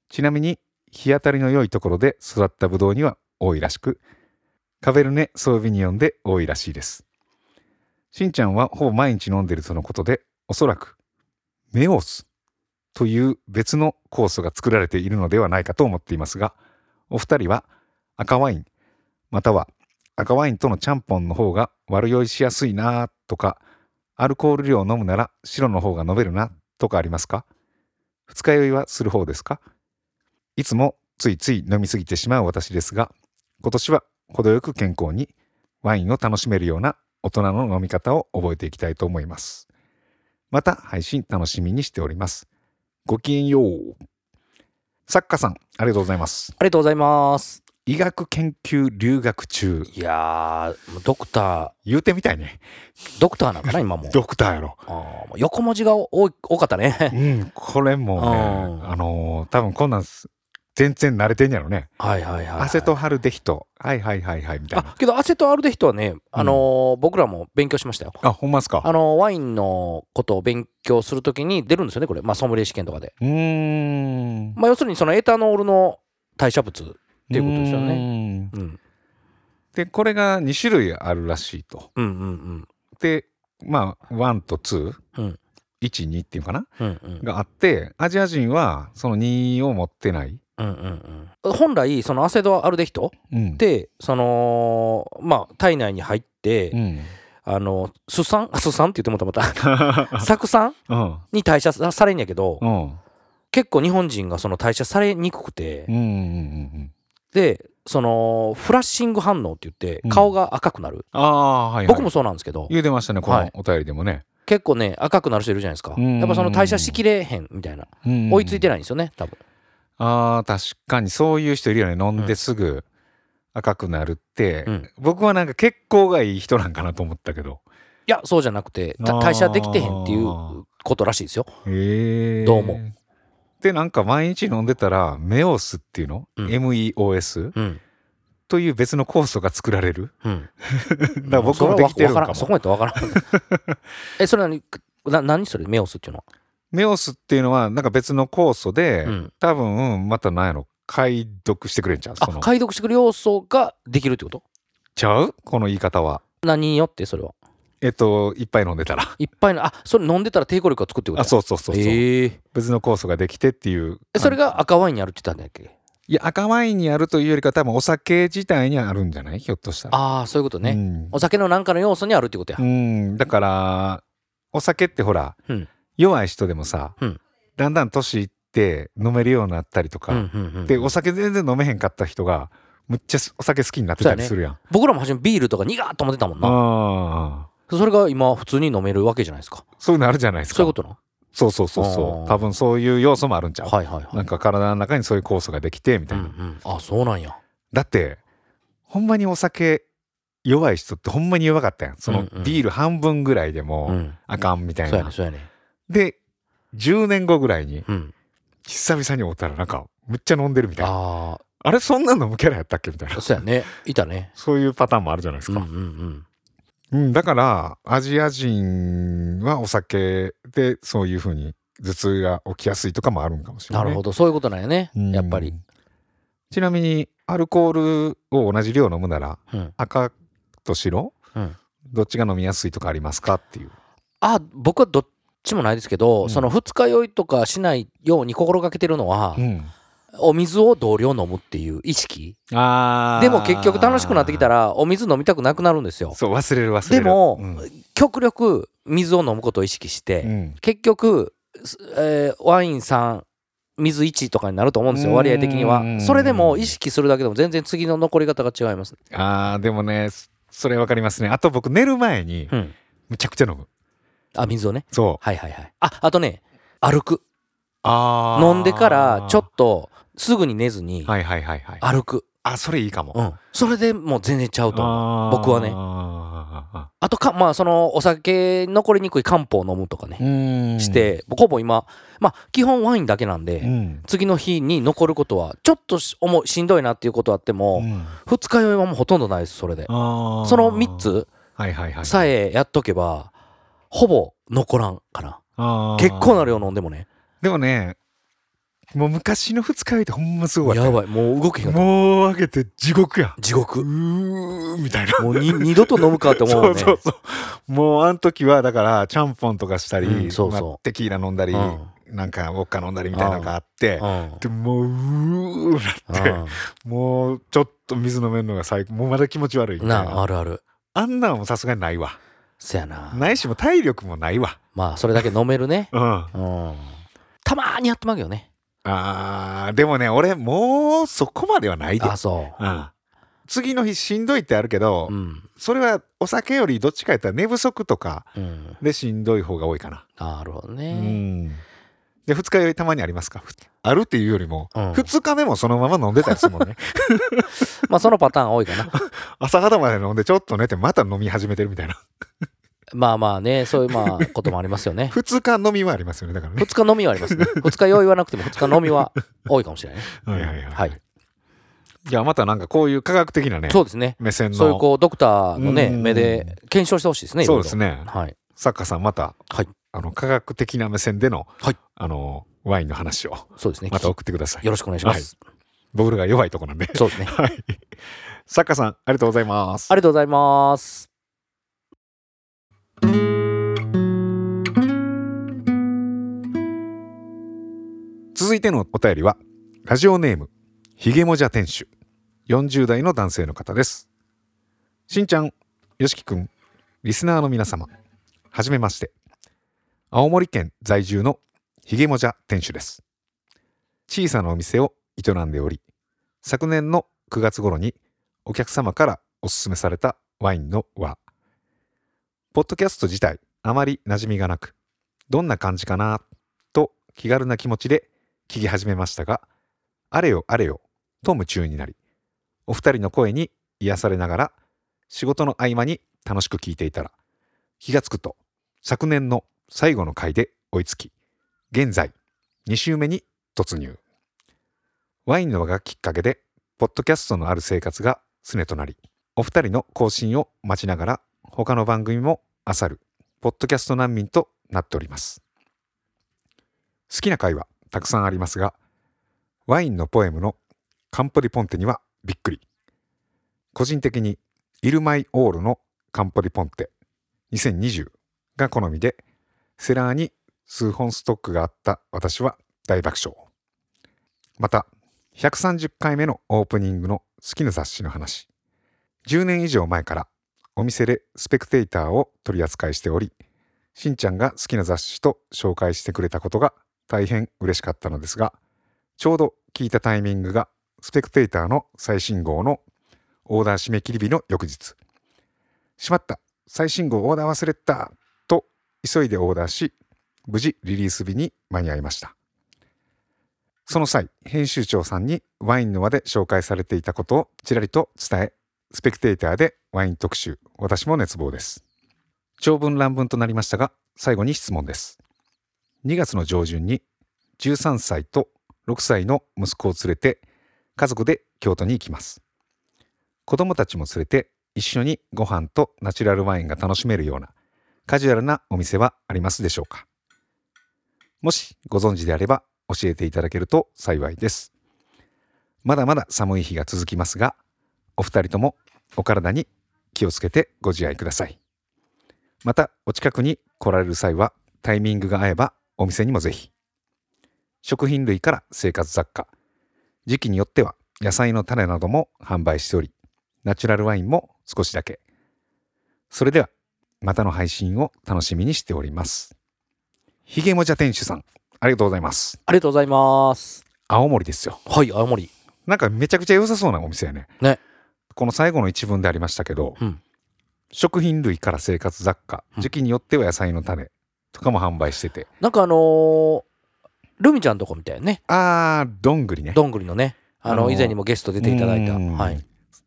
Speaker 2: ちなみに日当たりの良いところで育ったブドウには多いらしくカベルネ・ソービニオンで多いらしいですしんちゃんはほぼ毎日飲んでいるとのことでおそらくメオスという別の酵素が作られているのではないかと思っていますがお二人は赤ワインまたは赤ワインとのちゃんぽんの方が悪酔いしやすいなあとかアルコール量を飲むなら白の方が飲めるなとかありますか二日酔いはする方ですかいつもついつい飲みすぎてしまう私ですが今年は程よく健康にワインを楽しめるような大人の飲み方を覚えていきたいと思いますまた配信楽しみにしておりますごきげんよう。作家さん、ありがとうございます。
Speaker 3: ありがとうございます
Speaker 2: 医学研究留学中。
Speaker 3: いやードクタ
Speaker 2: 言うてみたいね。
Speaker 3: ードクターなんかな今も
Speaker 2: ドクターやろ。
Speaker 3: あー横文字が多い多かったね
Speaker 2: うん、これもね
Speaker 3: う、ん
Speaker 2: あのー多分こんなんす全然慣れてんやろね。
Speaker 3: はいはいはい、はい、
Speaker 2: アセトハルデヒト。はいはいはいはい、みたいな。
Speaker 3: あけどアセトアルデヒドはね、あのー僕らも勉強しましたよ
Speaker 2: あ、ほんまっすか。
Speaker 3: あのーワインのことを勉強するときに出るんですよねこれ、まあ、ソムリエ試験とかで、
Speaker 2: うーん。っ
Speaker 3: まあ、要するにそのエタノールの代謝物ていうことですよね
Speaker 2: ね。
Speaker 3: うん
Speaker 2: で、これが2種類あるらしいと。
Speaker 3: うんうん
Speaker 2: で、まあ、1と2。
Speaker 3: うん
Speaker 2: 1、2っていうかな
Speaker 3: うんうんうん
Speaker 2: があって、アジア人はその2を持ってない。
Speaker 3: うんうんうん本来そのアセドアルデヒド
Speaker 2: うん
Speaker 3: っ、てそのまあ体内に入って、
Speaker 2: うん、
Speaker 3: あのス酸 あス酸って言ってもらったまた 酢酸
Speaker 2: うん
Speaker 3: に代謝されんやけど、
Speaker 2: うん
Speaker 3: 結構日本人がその代謝されにくくて、
Speaker 2: うんうん
Speaker 3: でそのフラッシング反応って言って
Speaker 2: うん
Speaker 3: 顔が赤くなる、
Speaker 2: ああはい、はい、
Speaker 3: 僕もそうなんですけど
Speaker 2: 言うてましたねこ
Speaker 3: は
Speaker 2: の
Speaker 3: い
Speaker 2: お便りでもね、
Speaker 3: 結構ね赤くなる人いるじゃないですか
Speaker 2: うん
Speaker 3: やっぱその代謝しきれへんみたいな
Speaker 2: うん
Speaker 3: 追いついて
Speaker 2: な
Speaker 3: な
Speaker 2: い
Speaker 3: いんですよね多分
Speaker 2: あー確かにそういう人いるよね飲んですぐ赤くなるって、
Speaker 3: うん
Speaker 2: 僕はなんか血行がいい人なんかなと思ったけど
Speaker 3: いやそうじゃなくて
Speaker 2: あ
Speaker 3: た
Speaker 2: ー
Speaker 3: 代謝できてへんっていうことらしいですよ
Speaker 2: へえ
Speaker 3: どうも
Speaker 2: でなんか毎日飲んでたらメオスっていうの、
Speaker 3: うん
Speaker 2: MEOS
Speaker 3: うん
Speaker 2: という別の酵素が作られる
Speaker 3: うん
Speaker 2: だから僕もできてるのかも
Speaker 3: それはわからんそこまで言ったらわからんえそれ何な何それメオスっていうのは
Speaker 2: メオスっていうのはなんか別の酵素で、
Speaker 3: うん
Speaker 2: 多分また何やろ解読してくれんちゃう
Speaker 3: あ
Speaker 2: その
Speaker 3: 解読してくる要素ができるってこと
Speaker 2: ちゃうこの言い方は
Speaker 3: 何によってそれは
Speaker 2: えっといっぱい飲んでたら
Speaker 3: いっぱいのあそれ飲んでたら抵抗力がつくってこと
Speaker 2: あそうそうそうそう、
Speaker 3: えー
Speaker 2: 別の酵素ができてっていう
Speaker 3: えそれが赤ワインにあるって言ったんだっけ
Speaker 2: いや赤ワインにあるというよりか多分お酒自体にあるんじゃないひょっとしたら
Speaker 3: ああそういうことね、
Speaker 2: うん
Speaker 3: お酒のなんかの要素にあるってことや、
Speaker 2: うんだからお酒ってほら、
Speaker 3: うん
Speaker 2: 弱い人でもさ、
Speaker 3: うん
Speaker 2: だんだん年いって飲めるようになったりとか、
Speaker 3: うんうんうん
Speaker 2: でお酒全然飲めへんかった人がむっちゃお酒好きになってたりするやん。
Speaker 3: 僕らも初めビールとか苦ーっと思ってたもんな
Speaker 2: ああ
Speaker 3: それが今普通に飲めるわけじゃないですか
Speaker 2: そういうのあるじゃないですか。
Speaker 3: そういうことな
Speaker 2: そうそうそうそ
Speaker 3: あー
Speaker 2: う。多分そういう要素もあるんちゃう、
Speaker 3: はいはいは
Speaker 2: ないんか体の中にそういう酵素ができてみ
Speaker 3: う
Speaker 2: たい
Speaker 3: んう
Speaker 2: な。
Speaker 3: んあそうなんや
Speaker 2: だってほんまにお酒弱い人ってほんまに弱かったやん。その
Speaker 3: うんうん
Speaker 2: ビール半分ぐらいで
Speaker 3: う
Speaker 2: も
Speaker 3: ん
Speaker 2: あかんみたい
Speaker 3: そう
Speaker 2: な。
Speaker 3: やねそうやね
Speaker 2: で10年後ぐらいに
Speaker 3: うん
Speaker 2: 久々に会ったらなんかむっちゃ飲んでるみたいな。あ
Speaker 3: あ
Speaker 2: れそんなのむキャラやったっけみたいな
Speaker 3: あ。そうやねいたね
Speaker 2: そういうパターンもあるじゃないです
Speaker 3: うん
Speaker 2: か。
Speaker 3: うんうん
Speaker 2: うん、だからアジア人はお酒でそういうふうに頭痛が起きやすいとかもあるんかもしれな。
Speaker 3: ないるほどそういうことなんやね
Speaker 2: うん
Speaker 3: やっぱり。
Speaker 2: ちなみにアルコールを同じ量飲むなら
Speaker 3: うん
Speaker 2: 赤と白
Speaker 3: うん
Speaker 2: どっちが飲みやすいとかありますかっていう。
Speaker 3: あ僕はどっちもないですけど、
Speaker 2: うん
Speaker 3: その二日酔いとかしないように心がけてるのは、
Speaker 2: ん、
Speaker 3: お水を同量飲むっていう意識
Speaker 2: あー
Speaker 3: でも結局楽しくなってきたらお水飲みたくなくなるんですよ
Speaker 2: そう忘れる忘れる。
Speaker 3: でも
Speaker 2: うん
Speaker 3: 極力水を飲むことを意識して、
Speaker 2: うん
Speaker 3: 結局、すえーワイン3水1とかになると思うんです
Speaker 2: う
Speaker 3: よ
Speaker 2: ん
Speaker 3: 割合的にはそれでも意識するだけでも全然次の残り方が違います、
Speaker 2: あーでもねそそれわかりますね。あと僕寝る前に
Speaker 3: うん、
Speaker 2: むちゃくちゃ飲む。
Speaker 3: あ水をね
Speaker 2: そう。
Speaker 3: はいはいはいああとね歩く
Speaker 2: あー
Speaker 3: 飲んでからちょっとすぐに寝ずに
Speaker 2: はいはいはいはい。あ
Speaker 3: 歩く、
Speaker 2: それいいかも。
Speaker 3: うん、それでもう全然ちゃうと思う
Speaker 2: あー
Speaker 3: 僕はね
Speaker 2: あ
Speaker 3: あとかまあそのお酒残りにくい漢方を飲むとかね
Speaker 2: ー、うん
Speaker 3: して、ほぼ今、まあ、基本ワインだけなんで、
Speaker 2: うん
Speaker 3: 次の日に残ることは、ちょっとし重いしんどいなっていうことあって
Speaker 2: う
Speaker 3: も、
Speaker 2: ん
Speaker 3: 二、日酔いはもうほとんどないです、それで。
Speaker 2: あー
Speaker 3: その3つ
Speaker 2: はいはいはい
Speaker 3: さえやっとけば、ほぼ残らんかな。
Speaker 2: あー
Speaker 3: 結構な量飲んでもね、
Speaker 2: でもねもう昔の二日酔いってほんますごい
Speaker 3: やばい、もう動きが
Speaker 2: もう上げて地獄や
Speaker 3: 地
Speaker 2: う
Speaker 3: 獄。
Speaker 2: ーみたいな
Speaker 3: もうに二度と飲むかって思う
Speaker 2: そ
Speaker 3: よ
Speaker 2: う
Speaker 3: ね。
Speaker 2: そうそうもうあの時はだからちゃんぽんとかしたり、
Speaker 3: うんそうそう
Speaker 2: まあテキーラ飲んだり、
Speaker 3: うん
Speaker 2: なんかウォッカ飲んだりみたいなのがあって、
Speaker 3: うん
Speaker 2: でもううーなって、もうちょっと水飲めるのが最高もうまだ気持ち悪いみ
Speaker 3: う
Speaker 2: た
Speaker 3: ん
Speaker 2: い
Speaker 3: な
Speaker 2: な
Speaker 3: あるある。
Speaker 2: あんなんもさすがにないわ
Speaker 3: せやな。
Speaker 2: ないしもう体力もないわ。
Speaker 3: まあ、それだけ飲めるね
Speaker 2: うん
Speaker 3: うん。たまーにやってまうけどね。
Speaker 2: あーでもね俺もうそこまではないで、
Speaker 3: あ、そ
Speaker 2: うん、次の日しんどいってあるけど、
Speaker 3: う。うん。
Speaker 2: それはお酒よりどっちかやったら寝不足とか
Speaker 3: うん。
Speaker 2: でしんどい方が多いかな
Speaker 3: なるほど
Speaker 2: う
Speaker 3: ね。
Speaker 2: んで二日酔いたまにありますかふあるっていうよりも、
Speaker 3: うん
Speaker 2: 二日目もそのまま飲んでたりする もんね
Speaker 3: まあそのパターン多いかな。
Speaker 2: 朝方まで飲んでちょっと寝てまた飲み始めてるみたいな
Speaker 3: まあまあね、そういうまあこともありますよね。
Speaker 2: 二日飲みはありますよねだからね
Speaker 3: 2日飲みはあり ますね。2日酔いはなくても2日飲みは多いかもしれないね。
Speaker 2: はいはいはい、
Speaker 3: はい。
Speaker 2: じゃあまたなんかこういう科学的なね
Speaker 3: そうですね。
Speaker 2: 目線の
Speaker 3: そういうこうドクターのね、
Speaker 2: うん
Speaker 3: 目で検証してほしいですね。いろい
Speaker 2: そう
Speaker 3: ろ
Speaker 2: です。ね
Speaker 3: はい。
Speaker 2: サッカーさんまた、
Speaker 3: はい
Speaker 2: あの科学的な目線での,、
Speaker 3: はい
Speaker 2: あのワインの話を
Speaker 3: そうですね。
Speaker 2: また送ってください。
Speaker 3: よろしくお願いします。
Speaker 2: 僕らが弱いとこなんで。
Speaker 3: そうですね。あ
Speaker 2: はい。サッカーさんありがとうございます。
Speaker 3: りがとうございます。
Speaker 2: 続いてのお便りはラジオネームひげもじゃ店主40代の男性の方ですしんちゃんよしきくんリスナーの皆様はじめまして青森県在住のひげもじゃ店主です小さなお店を営んでおり昨年の9月頃にお客様からおすすめされたワインの和ポッドキャスト自体あまり馴染みがなくどんな感じかなと気軽な気持ちで聞き始めましたがあれよあれよと夢中になりお二人の声に癒されながら仕事の合間に楽しく聞いていたら気がつくと昨年の最後の回で追いつき現在2週目に突入ワインの輪がきっかけでポッドキャストのある生活がすねとなりお二人の更新を待ちながら他の番組も漁るポッドキャスト難民となっております好きな回はたくさんありますがワインのポエムのカンポリポンテにはびっくり個人的にイルマイオールのカンポリポンテ2020が好みでセラーに数本ストックがあった私は大爆笑また130回目のオープニングの好きな雑誌の話10年以上前からお店でスペクテーターを取り扱いしておりしんちゃんが好きな雑誌と紹介してくれたことが大変嬉しかったのですがちょうど聞いたタイミングがスペクテーターの最新号のオーダー締め切り日の翌日しまった最新号オーダー忘れてたと急いでオーダーし無事リリース日に間に合いましたその際編集長さんにワインの輪で紹介されていたことをちらりと伝えスペクテーターでワイン特集私も熱望です長文乱文となりましたが最後に質問です2月の上旬に13歳と6歳の息子を連れて家族で京都に行きます子供たちも連れて一緒にご飯とナチュラルワインが楽しめるようなカジュアルなお店はありますでしょうかもしご存知であれば教えていただけると幸いですまだまだ寒い日が続きますがお二人ともお体に気をつけてご自愛くださいまたお近くに来られる際はタイミングが合えばお店にもぜひ食品類から生活雑貨時期によっては野菜の種なども販売しておりナチュラルワインも少しだけそれではまたの配信を楽しみにしておりますひげもじゃ店主さんありがとうございます
Speaker 3: ありがとうございます。
Speaker 2: 青森ですよ
Speaker 3: はい、青森。
Speaker 2: なんかめちゃくちゃ良さそうなお店やね。
Speaker 3: ね
Speaker 2: この最後の一文でありましたけど、
Speaker 3: うん
Speaker 2: 食品類から生活雑貨、
Speaker 3: うん
Speaker 2: 時期によっては野菜の種とかも販売してて、
Speaker 3: なんかあのールミちゃんとこみたいなね、
Speaker 2: あー、どんぐりね。
Speaker 3: どんぐりのね、あ
Speaker 2: あの
Speaker 3: の、
Speaker 2: ー
Speaker 3: 以前にもゲスト出ていただいた。
Speaker 2: うん
Speaker 3: はい。。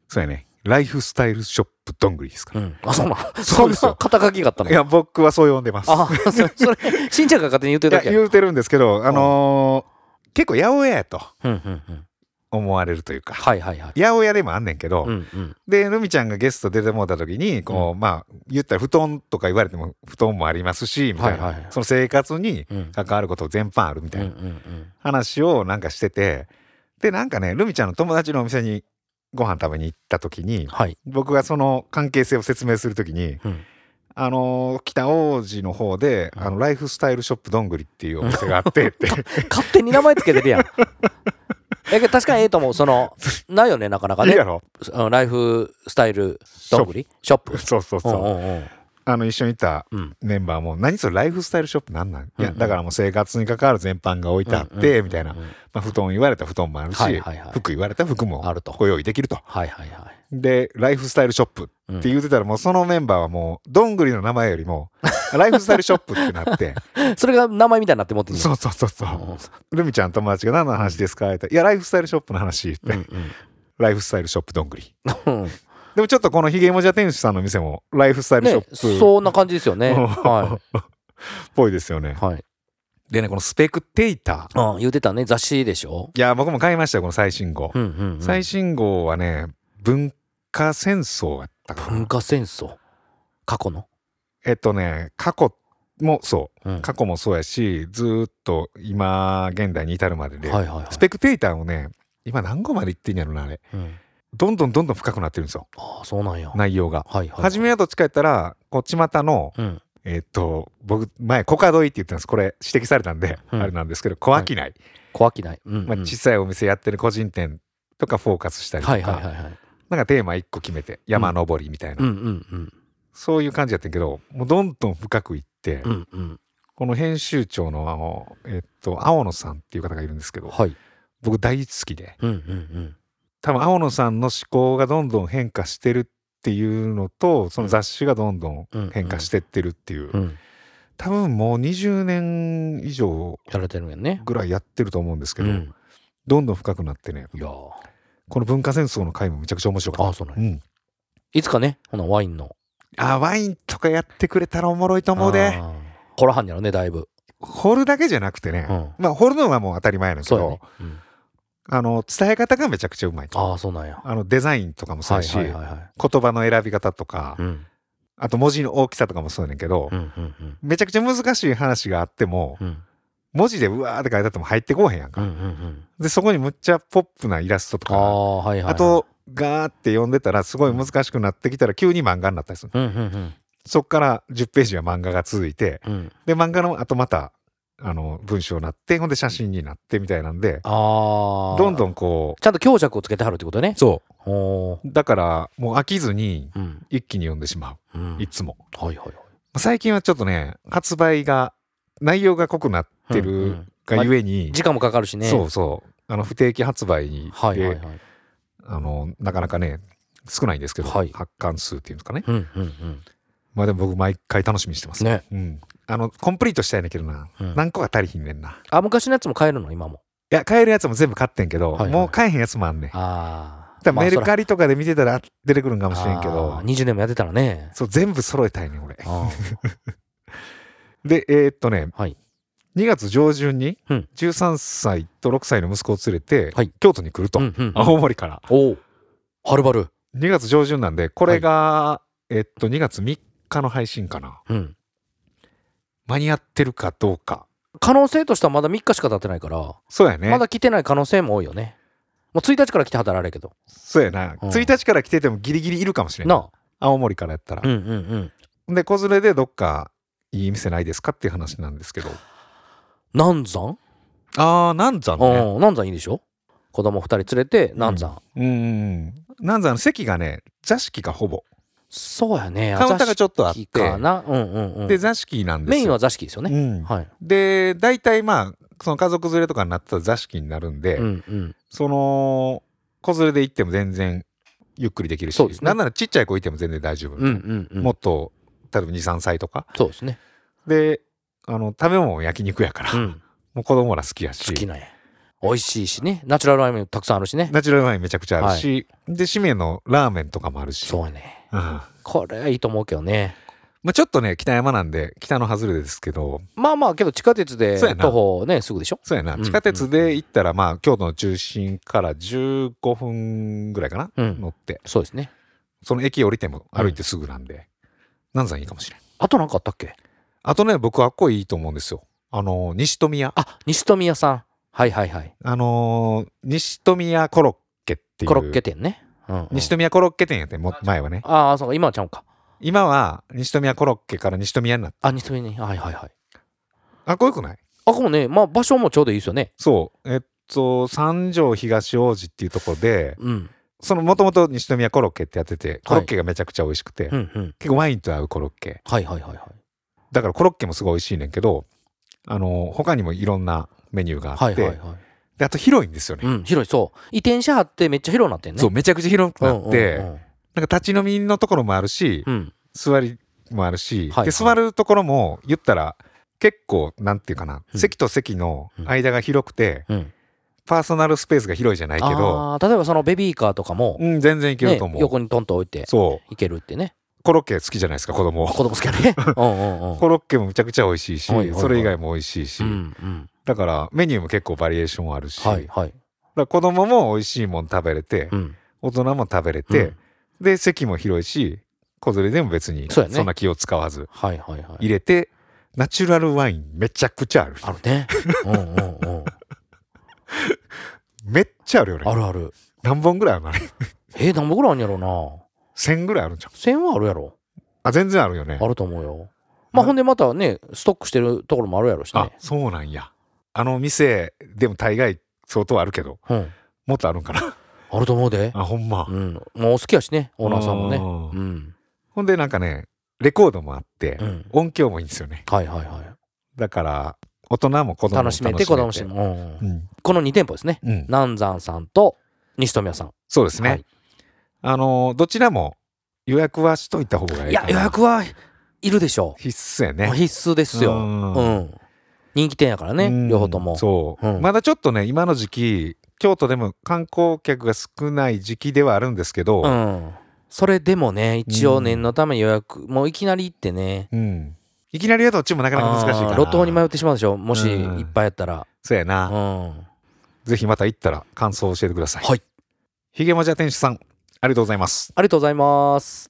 Speaker 2: そうやね。ライフスタイルショップどんぐりですか
Speaker 3: う
Speaker 2: ら。
Speaker 3: ん。あ、そうなん。
Speaker 2: そ
Speaker 3: そう
Speaker 2: です
Speaker 3: ん
Speaker 2: よ
Speaker 3: な肩書きがあったの
Speaker 2: いや、僕はそう呼んでます。
Speaker 3: あ、そそれ、しんちゃんが勝手に言って
Speaker 2: い
Speaker 3: るだ
Speaker 2: や
Speaker 3: けや。
Speaker 2: 言うてるんですけど、あのー結構八百屋やと
Speaker 3: うんうんうん。
Speaker 2: 思われるというか、
Speaker 3: はいはいはい。
Speaker 2: 八百屋でもあんねんけど、
Speaker 3: うんうん。
Speaker 2: で、ルミちゃんがゲスト出てもらった時に、こう、まあ、言ったら布団とか言われても布団もありますし、みたいな、
Speaker 3: はいはい
Speaker 2: その生活に
Speaker 3: うん
Speaker 2: 関わること全般あるみ
Speaker 3: う
Speaker 2: た
Speaker 3: ん
Speaker 2: い
Speaker 3: うんう。
Speaker 2: なん話をなんかしてて、で、なんかね、ルミちゃんの友達のお店にご飯食べに行った時に、
Speaker 3: はい。
Speaker 2: 僕がその関係性を説明する時に、
Speaker 3: うん
Speaker 2: あのー北王子の方で、あの、ライフスタイルショップどんぐりっていうお店があ ってって、
Speaker 3: 勝手に名前つけてる やん。えけど確かにええと思う。その、ないよね、なかなか
Speaker 2: いい
Speaker 3: ね
Speaker 2: や。ろ
Speaker 3: うんライフスタイル、どんぐりショップ。
Speaker 2: そうそう そう。
Speaker 3: うんうんうん
Speaker 2: あの、一緒にいた
Speaker 3: うん
Speaker 2: メンバーも、何それライフスタイルショップなんなん、いや、
Speaker 3: うんうん
Speaker 2: だからもう生活に関わる全般が置いてあって、
Speaker 3: うんうんうん
Speaker 2: みたいな。まあ、布団言われた布団もあるし、
Speaker 3: はいはいはい
Speaker 2: 服言われた服も
Speaker 3: あると
Speaker 2: ご用意できると。
Speaker 3: はいはいはい。
Speaker 2: で、ライフスタイルショップって言ってたら、もうそのメンバーはもう、どんぐりの名前よ りも、ライフスタイルショップってなって、
Speaker 3: それが名前みたいになって持ってる
Speaker 2: そうそうそうそう。ルミちゃん友達が何の話ですかって言ったら、いや、ライフスタイルショップの話って、
Speaker 3: うん
Speaker 2: ライフスタイルショップどんぐり。
Speaker 3: うんうん
Speaker 2: でもちょっとこのヒゲもじゃ店主さんの店も、ライフスタイルショ
Speaker 3: ね、
Speaker 2: ップっ
Speaker 3: そんな感じですよね。
Speaker 2: うん
Speaker 3: は
Speaker 2: ぽいですよ
Speaker 3: い。
Speaker 2: ね。
Speaker 3: はい。
Speaker 2: でね、このスペクテーター。
Speaker 3: うん、言ってたね、雑誌でしょ。
Speaker 2: いや、僕も買いましたよ、この最新号。
Speaker 3: うんうんうん。
Speaker 2: 最新号はね、文化戦争やったか
Speaker 3: 文
Speaker 2: な。
Speaker 3: 化戦争。過去の。
Speaker 2: えっとね、過去もそうう。
Speaker 3: ん。
Speaker 2: 過去もそうやし、ずーっと今、現代に至るまでで、
Speaker 3: はいはいはい。
Speaker 2: スペクテーターをね、今何号までいってんやろな、あれ。
Speaker 3: うん
Speaker 2: どんどんどんどん深くなってるんですよ、
Speaker 3: ああ、そうなんや。はい
Speaker 2: 内容が。
Speaker 3: はい。
Speaker 2: 初めはどっちかやったら、こう、巷の、
Speaker 3: うん。
Speaker 2: えっと、僕、前、コカドイって言ってたんです。これ、指摘されたんで、
Speaker 3: うん
Speaker 2: あれなんですけど、小商い。
Speaker 3: 怖きない。うんうん。
Speaker 2: まあ、小さいお店やってる個人店とかフォーカスしたりと
Speaker 3: はいはい
Speaker 2: か
Speaker 3: は、いはい。
Speaker 2: なんかテーマ一個決めて、山登りみたいな
Speaker 3: うん。うんうん。
Speaker 2: そういう感じやったんやけど、もうどんどん深くいって、
Speaker 3: うんうん。
Speaker 2: この編集長のあの、えっと、青野さんっていう方がいるんですけど、
Speaker 3: はい。
Speaker 2: 僕大好きで、
Speaker 3: うんうん
Speaker 2: 多分青野さんの思考がどんどん変化してるっていうのと、その雑誌がどんどん
Speaker 3: うん。
Speaker 2: 変化してってるっていう
Speaker 3: う、ん。うん。
Speaker 2: 多分もう20年以上
Speaker 3: やられてるんやね。
Speaker 2: ぐらいやってると思うんですけ
Speaker 3: う
Speaker 2: ど、
Speaker 3: ん。
Speaker 2: どんどん深くなってね、
Speaker 3: いやー
Speaker 2: この文化戦争の回もめちゃくちゃ面白か
Speaker 3: あ
Speaker 2: っ
Speaker 3: あ、そうな
Speaker 2: た。
Speaker 3: ん
Speaker 2: う
Speaker 3: や。
Speaker 2: ん。
Speaker 3: いつかね、ほな、ワインの。
Speaker 2: あ、ワインとかやってくれたらおもろいと思うで、
Speaker 3: あー。こらはんやろね、だいぶ。
Speaker 2: 掘るだけじゃなくてね、
Speaker 3: うん。
Speaker 2: まあ掘るのはもう当たり前なんです
Speaker 3: そ
Speaker 2: け
Speaker 3: うや
Speaker 2: ど
Speaker 3: ね、。うん
Speaker 2: あの伝え方がめちゃくちゃうまいと
Speaker 3: ああ、そうなんや。
Speaker 2: あのデザインとかもそう
Speaker 3: は
Speaker 2: や
Speaker 3: い
Speaker 2: し、
Speaker 3: はいはいはい。
Speaker 2: 言葉の選び方とか、
Speaker 3: うん。
Speaker 2: あと文字の大きさとかもそうやねんけど、
Speaker 3: うんうんうん
Speaker 2: めちゃくちゃ難しい話があっても、
Speaker 3: うん
Speaker 2: 文字でうわーって書いてあっても入ってこうへんやん
Speaker 3: う
Speaker 2: か。
Speaker 3: んうんうん
Speaker 2: で、そこにむっちゃポップなイラストと
Speaker 3: あ
Speaker 2: か、
Speaker 3: あはいはいはい
Speaker 2: あと、ガーって読んでたらすごい難しくなってきたら急に漫画になったりする。
Speaker 3: うんうんうん
Speaker 2: そっから10ページは漫画が続いて、
Speaker 3: うん
Speaker 2: で、漫画の後また、あの、文章になって、ほんで写真になってみたいなんで、
Speaker 3: ああ
Speaker 2: どんど
Speaker 3: ん
Speaker 2: んこ
Speaker 3: ちゃんと強弱をつけてはるってことね
Speaker 2: う、そ
Speaker 3: おー
Speaker 2: う。だから、もう飽きずに
Speaker 3: うん
Speaker 2: 一気に読んでしま
Speaker 3: うんは
Speaker 2: う。い
Speaker 3: い
Speaker 2: つも。
Speaker 3: はいはい
Speaker 2: 最近はちょっとね、発売が、内容が濃くなって
Speaker 3: うんう
Speaker 2: る
Speaker 3: ん
Speaker 2: がゆえに、
Speaker 3: 時間もかかるしね
Speaker 2: そうそう。あの、不定期発売に、
Speaker 3: はいはいはい
Speaker 2: あの、なかなかね、少ないんですけど、
Speaker 3: はい
Speaker 2: 発刊数っていうんですかね。
Speaker 3: うんうんうん
Speaker 2: まあでも僕、毎回楽しみにしてます。
Speaker 3: ね
Speaker 2: うん。あの、コンプリートしたいんだけどな。
Speaker 3: うん
Speaker 2: 何個か足りひんねんな。
Speaker 3: あ昔のやつも買えるの今も
Speaker 2: いや、買えるやつも全部買ってんけど、
Speaker 3: はいはい
Speaker 2: もう買えへんやつもあんねん。
Speaker 3: あ
Speaker 2: だ
Speaker 3: あ
Speaker 2: からメル
Speaker 3: か
Speaker 2: カリとかで見てたら出てくるんかもしれんけど、
Speaker 3: 20年もやってたらね
Speaker 2: そう、全部揃えたいねん、俺。
Speaker 3: あ
Speaker 2: で、えーっとね、
Speaker 3: ーはい
Speaker 2: 2月上旬に
Speaker 3: うん
Speaker 2: 13歳と6歳の息子を連れて、
Speaker 3: はい
Speaker 2: 京都に来ると、
Speaker 3: うんうん
Speaker 2: 青森から。
Speaker 3: おうはるばる
Speaker 2: 2月上旬なんで、これが、えーっと、2月3日の配信かな。
Speaker 3: うん
Speaker 2: 間に合ってるかどうか。
Speaker 3: 可能性としてはまだ3日しか経ってないから
Speaker 2: そうやね。
Speaker 3: まだ来てない可能性も多いよねもう1日から来てはたらあれやけど
Speaker 2: そうやな。
Speaker 3: うん
Speaker 2: 1日から来ててもギリギリいるかもしれん。
Speaker 3: な
Speaker 2: 青森からやったら
Speaker 3: あう。んうんうん
Speaker 2: で、子連れでどっかいい店ないですかっていう話なんですけど。
Speaker 3: 南山
Speaker 2: あー、なんざね。
Speaker 3: うん南山いいでしょ子供2人連れて南山
Speaker 2: うんうんうん。なんざの席がね、座敷がほぼ。
Speaker 3: そうやね
Speaker 2: カウンターがちょっとあっ
Speaker 3: 座
Speaker 2: て
Speaker 3: 敷、かなうんうんうん
Speaker 2: で、座敷なんですよ。
Speaker 3: メインは座敷ですよね
Speaker 2: うん。
Speaker 3: はい
Speaker 2: で、大体まあ、その家族連れとかになったら座敷になるんで、
Speaker 3: うんうん
Speaker 2: その、子連れで行っても全然ゆっくりできるし、
Speaker 3: そうですね
Speaker 2: なんならちっちゃい子いても全然大丈夫。
Speaker 3: うんうんうん
Speaker 2: もっと、例えば2、3歳とか。
Speaker 3: そうですね
Speaker 2: で、あの、食べ物も焼肉やから、
Speaker 3: うん
Speaker 2: もう子供ら好きやし、
Speaker 3: 好きなんや美味しいしねナチュラルラーメンたくさんあるしね
Speaker 2: ナチュラルワインめちゃくちゃあるし、で、締めのラーメンとかもあるし、
Speaker 3: そうやね
Speaker 2: うんま
Speaker 3: これはいいと思うけどね
Speaker 2: あ、ちょっとね、北山なんで、北の外れですけど、
Speaker 3: まあまあけど地下鉄で
Speaker 2: そうやな
Speaker 3: 徒歩ねすぐでしょ
Speaker 2: そうやな。
Speaker 3: うん
Speaker 2: 地下鉄で行ったら、まあ、京都の中心から15分ぐらいかな、
Speaker 3: うん
Speaker 2: 乗って。
Speaker 3: そうですね
Speaker 2: その駅降りても歩いてすぐなんで、南山いいかもしれん。
Speaker 3: あとなんかあったっけ
Speaker 2: あとね、僕はあっこいいと思うんですよ。あの、西宮。
Speaker 3: あ西富さんはいはいはい
Speaker 2: あのー、西宮コロッケっていう。
Speaker 3: コロッケ店ねうんうん
Speaker 2: 西宮コロッケ店やって、も前はね。
Speaker 3: ああそうか今はちゃうんか
Speaker 2: 今は西宮コロッケから西宮になった。
Speaker 3: あ西富ねはいはいはい
Speaker 2: あっこよくない
Speaker 3: あこうねまあ場所もちょうどいいですよね
Speaker 2: そう。えっと、三条東王子っていうところで、
Speaker 3: うん
Speaker 2: その、もともと西宮コロッケってやってて、コロッケがめちゃくちゃ美味しくて、
Speaker 3: うんうん
Speaker 2: 結構ワインと合うコロッケ。
Speaker 3: はいはいはいはい
Speaker 2: だからコロッケもすごい美味しいねんけど、あの、他にもいろんなメニューがあって、
Speaker 3: はいはいはい
Speaker 2: であと広いんですよね。
Speaker 3: うん、広い、そう。移転しはってめっちゃ広なってんね。
Speaker 2: そう、めちゃくちゃ広く
Speaker 3: うん
Speaker 2: な
Speaker 3: う
Speaker 2: っ
Speaker 3: んうん、
Speaker 2: て、なんか立ち飲みのところもあるし、
Speaker 3: うん。
Speaker 2: 座りもあるし、
Speaker 3: はいはい
Speaker 2: で、座るところも言ったら、結構、なんていうかな、
Speaker 3: うん
Speaker 2: 席と席の間が広くて、
Speaker 3: うん。
Speaker 2: パーソナルスペースが広いじゃないけど、
Speaker 3: あー例えばそのベビーカーとかも、
Speaker 2: うん、全然いけると思
Speaker 3: ね
Speaker 2: う。
Speaker 3: 横にトンと置いて
Speaker 2: そう、
Speaker 3: いけるってね。
Speaker 2: コロッケ好きじゃないですか、子供。
Speaker 3: 子供好きや ね。うんうんうん。
Speaker 2: コロッケもめちゃくちゃ美味しいし、
Speaker 3: はいはいはい
Speaker 2: それ以外も美味しいし、
Speaker 3: うんうん。
Speaker 2: だからメニューも結構バリエーションあるし、
Speaker 3: はいはい。
Speaker 2: だから子供も美味しいもん食べれて、
Speaker 3: うん。
Speaker 2: 大人も食べれて、
Speaker 3: うん
Speaker 2: で席も広いし子連れでも別に
Speaker 3: そうやね
Speaker 2: そんな気を使わず
Speaker 3: はいはいはい。
Speaker 2: 入れて、ナチュラルワインめちゃくちゃある
Speaker 3: あるね。うんうん うん。
Speaker 2: めっちゃあるよね
Speaker 3: あるある。
Speaker 2: 何本ぐらいあるのあれ
Speaker 3: えー、何本ぐらいあるんやろうな。
Speaker 2: 1000ぐらいあるんじゃん
Speaker 3: 1000はあるやろ。
Speaker 2: あ全然あるよね
Speaker 3: あると思うよ。まあほんでまたね、ストックしてるところもあるやろし
Speaker 2: あ
Speaker 3: ね。
Speaker 2: そうなんやあの店でも大概相当あるけど
Speaker 3: うん。
Speaker 2: もっとあるんか な
Speaker 3: あると思うで。
Speaker 2: あほんま
Speaker 3: うん。もう好きやしね、オーナーさんもね。
Speaker 2: ね
Speaker 3: うん。
Speaker 2: ほんでなんかねレコードもあって、
Speaker 3: うん。
Speaker 2: 音響もいいんですよね
Speaker 3: はいはいはい。
Speaker 2: だから大人も子供も
Speaker 3: 楽しめて子供
Speaker 2: し
Speaker 3: し
Speaker 2: め
Speaker 3: も、うん
Speaker 2: てうん、
Speaker 3: この2店舗ですね
Speaker 2: うん、
Speaker 3: 南山さんと西富さん
Speaker 2: そうですね、
Speaker 3: はい
Speaker 2: あのどちらも予約はしといた方がい
Speaker 3: い
Speaker 2: いかな
Speaker 3: や予約はいるでしょ
Speaker 2: 必須や
Speaker 3: う、
Speaker 2: ね
Speaker 3: 必須ですよ
Speaker 2: う
Speaker 3: うん
Speaker 2: ん、
Speaker 3: 人気店やからね、
Speaker 2: うん
Speaker 3: 両方とも
Speaker 2: そう、
Speaker 3: うん
Speaker 2: まだちょっとね今の時期京都でも観光客が少ない時期ではあるんですけど、
Speaker 3: ん、それでもね一応念のため予約、もういきなり行ってね
Speaker 2: うんいきなりはどっちもなかなか難しいから
Speaker 3: あー路頭に迷ってしまうでしょもし
Speaker 2: うん
Speaker 3: いっぱいやったら
Speaker 2: そうや
Speaker 3: う
Speaker 2: な、
Speaker 3: ん
Speaker 2: ぜひまた行ったら感想を教えてください
Speaker 3: はい
Speaker 2: ひげもじゃ店主さんありがとうございます
Speaker 3: ありがとうございます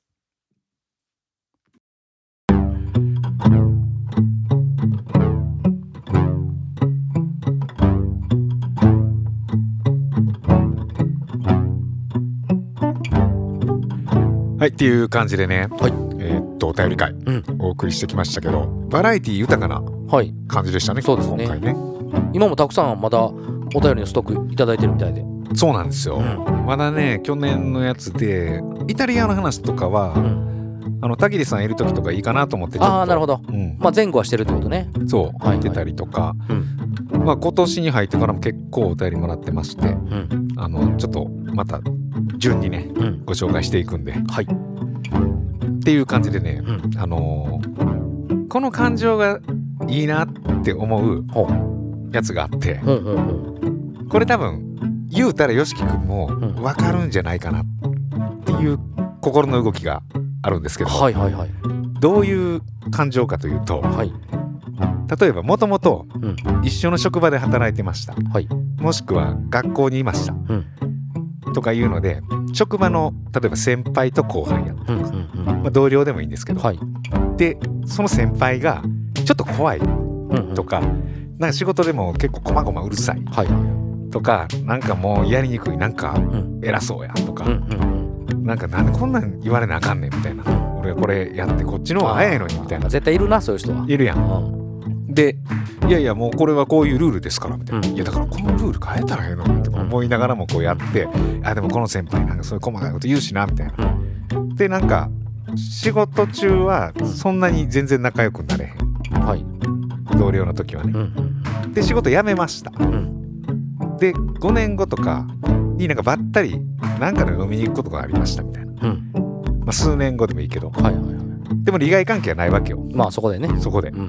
Speaker 2: はいっていう感じでね、
Speaker 3: はい
Speaker 2: えーっとお便り会
Speaker 3: うん
Speaker 2: お送りしてきましたけど、バラエティ豊かな
Speaker 3: はい
Speaker 2: 感じでしたね
Speaker 3: そうですね
Speaker 2: 今回ね
Speaker 3: 今もたくさんまだお便りのストックいただいてるみたいで
Speaker 2: そうなんですよ、
Speaker 3: うん
Speaker 2: まだね去年のやつでイタリアの話とかは、
Speaker 3: うん
Speaker 2: あの田切さんいる時とかいいかなと思ってちょっと
Speaker 3: ああなるほど
Speaker 2: うん
Speaker 3: まあ前後はしてるってことね
Speaker 2: そう
Speaker 3: はいは
Speaker 2: 入
Speaker 3: い
Speaker 2: ってたりとか、
Speaker 3: うん
Speaker 2: まあ、今年に入ってからも結構お便りもらってまして
Speaker 3: うん
Speaker 2: あのちょっとまた順にね
Speaker 3: うん
Speaker 2: ご紹介していくんでっ
Speaker 3: はい
Speaker 2: ていう感じでね、
Speaker 3: うん
Speaker 2: あのーこの感情がいいなって思う
Speaker 3: ほう
Speaker 2: やつがあって
Speaker 3: ほうほうほ
Speaker 2: これ多分言うたら YOSHIKI 君も
Speaker 3: ん
Speaker 2: 分かるんじゃないかなっていう心の動きがあるんですけ
Speaker 3: う
Speaker 2: ど、
Speaker 3: はいはいはい
Speaker 2: どういう感情かというと
Speaker 3: はい
Speaker 2: 例えばもともと
Speaker 3: うん
Speaker 2: 一緒の職場で働いてました
Speaker 3: はい
Speaker 2: もしくは学校にいました
Speaker 3: うん
Speaker 2: とかいうので職場の例えば先輩と後輩や、
Speaker 3: うんうん
Speaker 2: まあ、同僚でもいいんですけ
Speaker 3: うん
Speaker 2: ど、
Speaker 3: はい
Speaker 2: でその先輩がちょっと怖い
Speaker 3: うんうん
Speaker 2: とかなんか仕事でも結構こまごまうるさい
Speaker 3: はい
Speaker 2: とかなんかもうやりにくいなんか
Speaker 3: うん
Speaker 2: 偉そうやと
Speaker 3: うんう
Speaker 2: か、
Speaker 3: んうん
Speaker 2: なんかなんでこんなん言われなあかんねんみたいな俺はこれやってこっちの方が早いのにみたいな
Speaker 3: 絶対いるなそういう人はい
Speaker 2: るやん
Speaker 3: うん
Speaker 2: でいやいやもうこれはこういうルールですからみたいな、
Speaker 3: うん
Speaker 2: いやだからこのルール変えたらええのにとか思いながらもこうやって、あでもこの先輩なんかそういう細かいこと言うしなみたいな
Speaker 3: うん
Speaker 2: でなんか仕事中は
Speaker 3: うん
Speaker 2: そんなに全然仲良くなれへん
Speaker 3: はい
Speaker 2: 同僚の時は
Speaker 3: うん
Speaker 2: ね
Speaker 3: うん
Speaker 2: で仕事辞めました
Speaker 3: うん
Speaker 2: で5年後とかになんかばったりなんかで飲みに行くことがありましたみたいな、
Speaker 3: うん
Speaker 2: まあ、数年後でもいいけど
Speaker 3: はいはいは
Speaker 2: でも利害関係はないわけよ
Speaker 3: いまあそこでね
Speaker 2: そこで
Speaker 3: うんう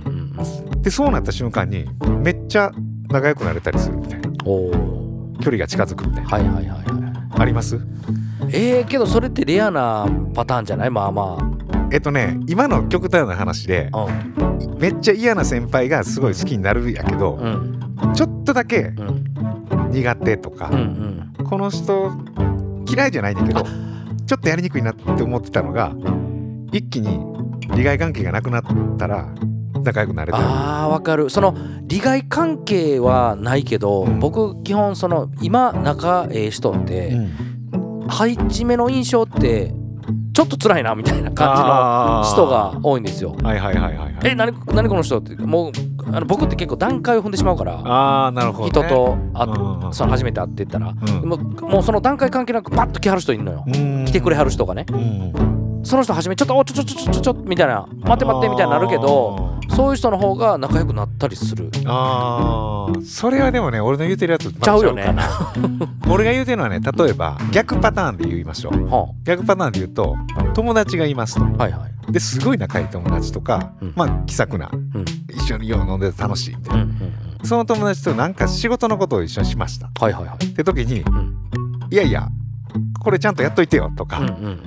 Speaker 3: ん
Speaker 2: でそうなった瞬間にめっちゃ仲良くなれたりするみたいな
Speaker 3: おお
Speaker 2: 距離が近づくみたいな
Speaker 3: はいはいはいは
Speaker 2: あります
Speaker 3: いええけどそれってレアなパターンじゃないまあま
Speaker 2: えっとね今の極端な話で
Speaker 3: あうん
Speaker 2: めっちゃ嫌な先輩がすごい好きになるやけど
Speaker 3: うん
Speaker 2: ちょっとだけ
Speaker 3: うん
Speaker 2: 苦手とか、
Speaker 3: うんうん
Speaker 2: この人嫌いじゃないんだけどちょっとやりにくいなって思ってたのが一気に利害関係がなくなったら仲良くなれた
Speaker 3: あーわかるその利害関係はないけど、
Speaker 2: うん
Speaker 3: 僕基本その今仲ええ人っ
Speaker 2: り、
Speaker 3: て、
Speaker 2: ん、
Speaker 3: 配置目の印象ってちょっと辛いなみたいな感じの人が多いんですよ。
Speaker 2: はいはいはいはいはい
Speaker 3: え何何この人ってもうあの僕って結構段階を踏んでしまうから
Speaker 2: ああなるほど、
Speaker 3: 人
Speaker 2: ね、
Speaker 3: とあ
Speaker 2: あ
Speaker 3: その初めて会ってったら、
Speaker 2: うん
Speaker 3: もうもうその段階関係なくパッと来はる人いるのよ。来てくれはる人がね
Speaker 2: る、うん、
Speaker 3: その人初めちょっとおちょちょちょちょちょちょみたいな待って待ってみたいになるけどそういう人の方が仲良くなったりする
Speaker 2: あーあーそれはでもね俺の言うてるやつと
Speaker 3: ちゃうよね
Speaker 2: まあちゃうかな俺が言うてるのはね例えば逆パターンで言いましょう
Speaker 3: は
Speaker 2: 逆パターンで言うと友達がいますと
Speaker 3: あはいはい。
Speaker 2: ですごい仲いい友達とか、
Speaker 3: うん
Speaker 2: まあ気さくな、
Speaker 3: ん
Speaker 2: 一緒によう飲んでて楽しいみたい
Speaker 3: うんう
Speaker 2: な、
Speaker 3: んうん
Speaker 2: その友達となんか仕事のことを一緒にしましたっ
Speaker 3: はいはいはい。
Speaker 2: て時に
Speaker 3: う
Speaker 2: 「いやいやこれちゃんとやっといてよ」とか、
Speaker 3: んうんうん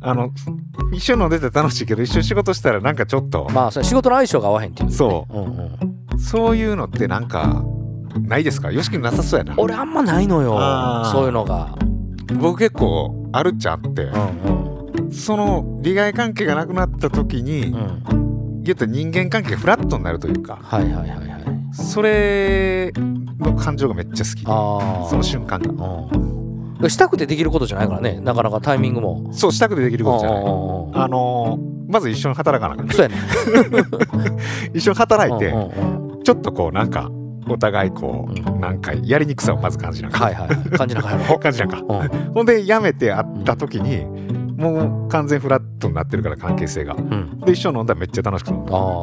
Speaker 2: あの「一緒に飲んでて楽しいけど一緒に仕事したらなんかちょっと、
Speaker 3: まあそれ仕事の相性が合わへんっていう。
Speaker 2: そ
Speaker 3: うんうん、
Speaker 2: うそういうのってなんかないですかよしきなさそうやな
Speaker 3: 俺あんまないのよ
Speaker 2: あー
Speaker 3: そういうのが、
Speaker 2: 僕結構あるっちゃあって
Speaker 3: うんうん
Speaker 2: その利害関係がなくなった時に、
Speaker 3: うん、
Speaker 2: 言ったら人間関係がフラットになるというか
Speaker 3: はいはいはいはい
Speaker 2: それの感情がめっちゃ好き
Speaker 3: ああ
Speaker 2: その瞬間が
Speaker 3: うん、したくてできることじゃないからねなかなかタイミングも
Speaker 2: そうしたくてできることじゃない
Speaker 3: うんうんうん
Speaker 2: あのーまず一緒に働かなあかん
Speaker 3: そうやね
Speaker 2: 一緒に働いて
Speaker 3: うんうんうん
Speaker 2: ちょっとこうなんかお互いこう
Speaker 3: うん
Speaker 2: なんかやりにくさをまず感じなあかん
Speaker 3: はいはいはい感じながらやろ
Speaker 2: 感じなんか
Speaker 3: う、
Speaker 2: ほんでやめて会った時にもう完全フラットになってるから関係性が
Speaker 3: うんうん、
Speaker 2: で一緒に飲んだらめっちゃ楽しく飲んだ
Speaker 3: あ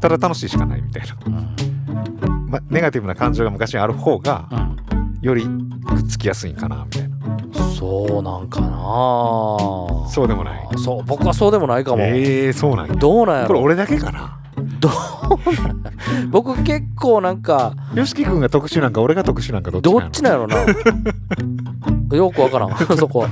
Speaker 2: ただ楽しいしかないみたいな、
Speaker 3: あ、うん
Speaker 2: ま、ネガティブな感情が昔にある方が
Speaker 3: う、
Speaker 2: よりくっつきやすいんかなみたいなん
Speaker 3: そうなんかな
Speaker 2: そうでもない
Speaker 3: あそう僕はそうでもないかも、
Speaker 2: えー、そうなんや
Speaker 3: どうなんや
Speaker 2: これ
Speaker 3: ろ
Speaker 2: 俺だけかな
Speaker 3: どうなん僕結構なんか
Speaker 2: YOSHIKI 君が特殊なんか俺が特殊なんかどっちなん
Speaker 3: ど
Speaker 2: や
Speaker 3: っ
Speaker 2: ろ
Speaker 3: ちなんやろな よくわからん そこは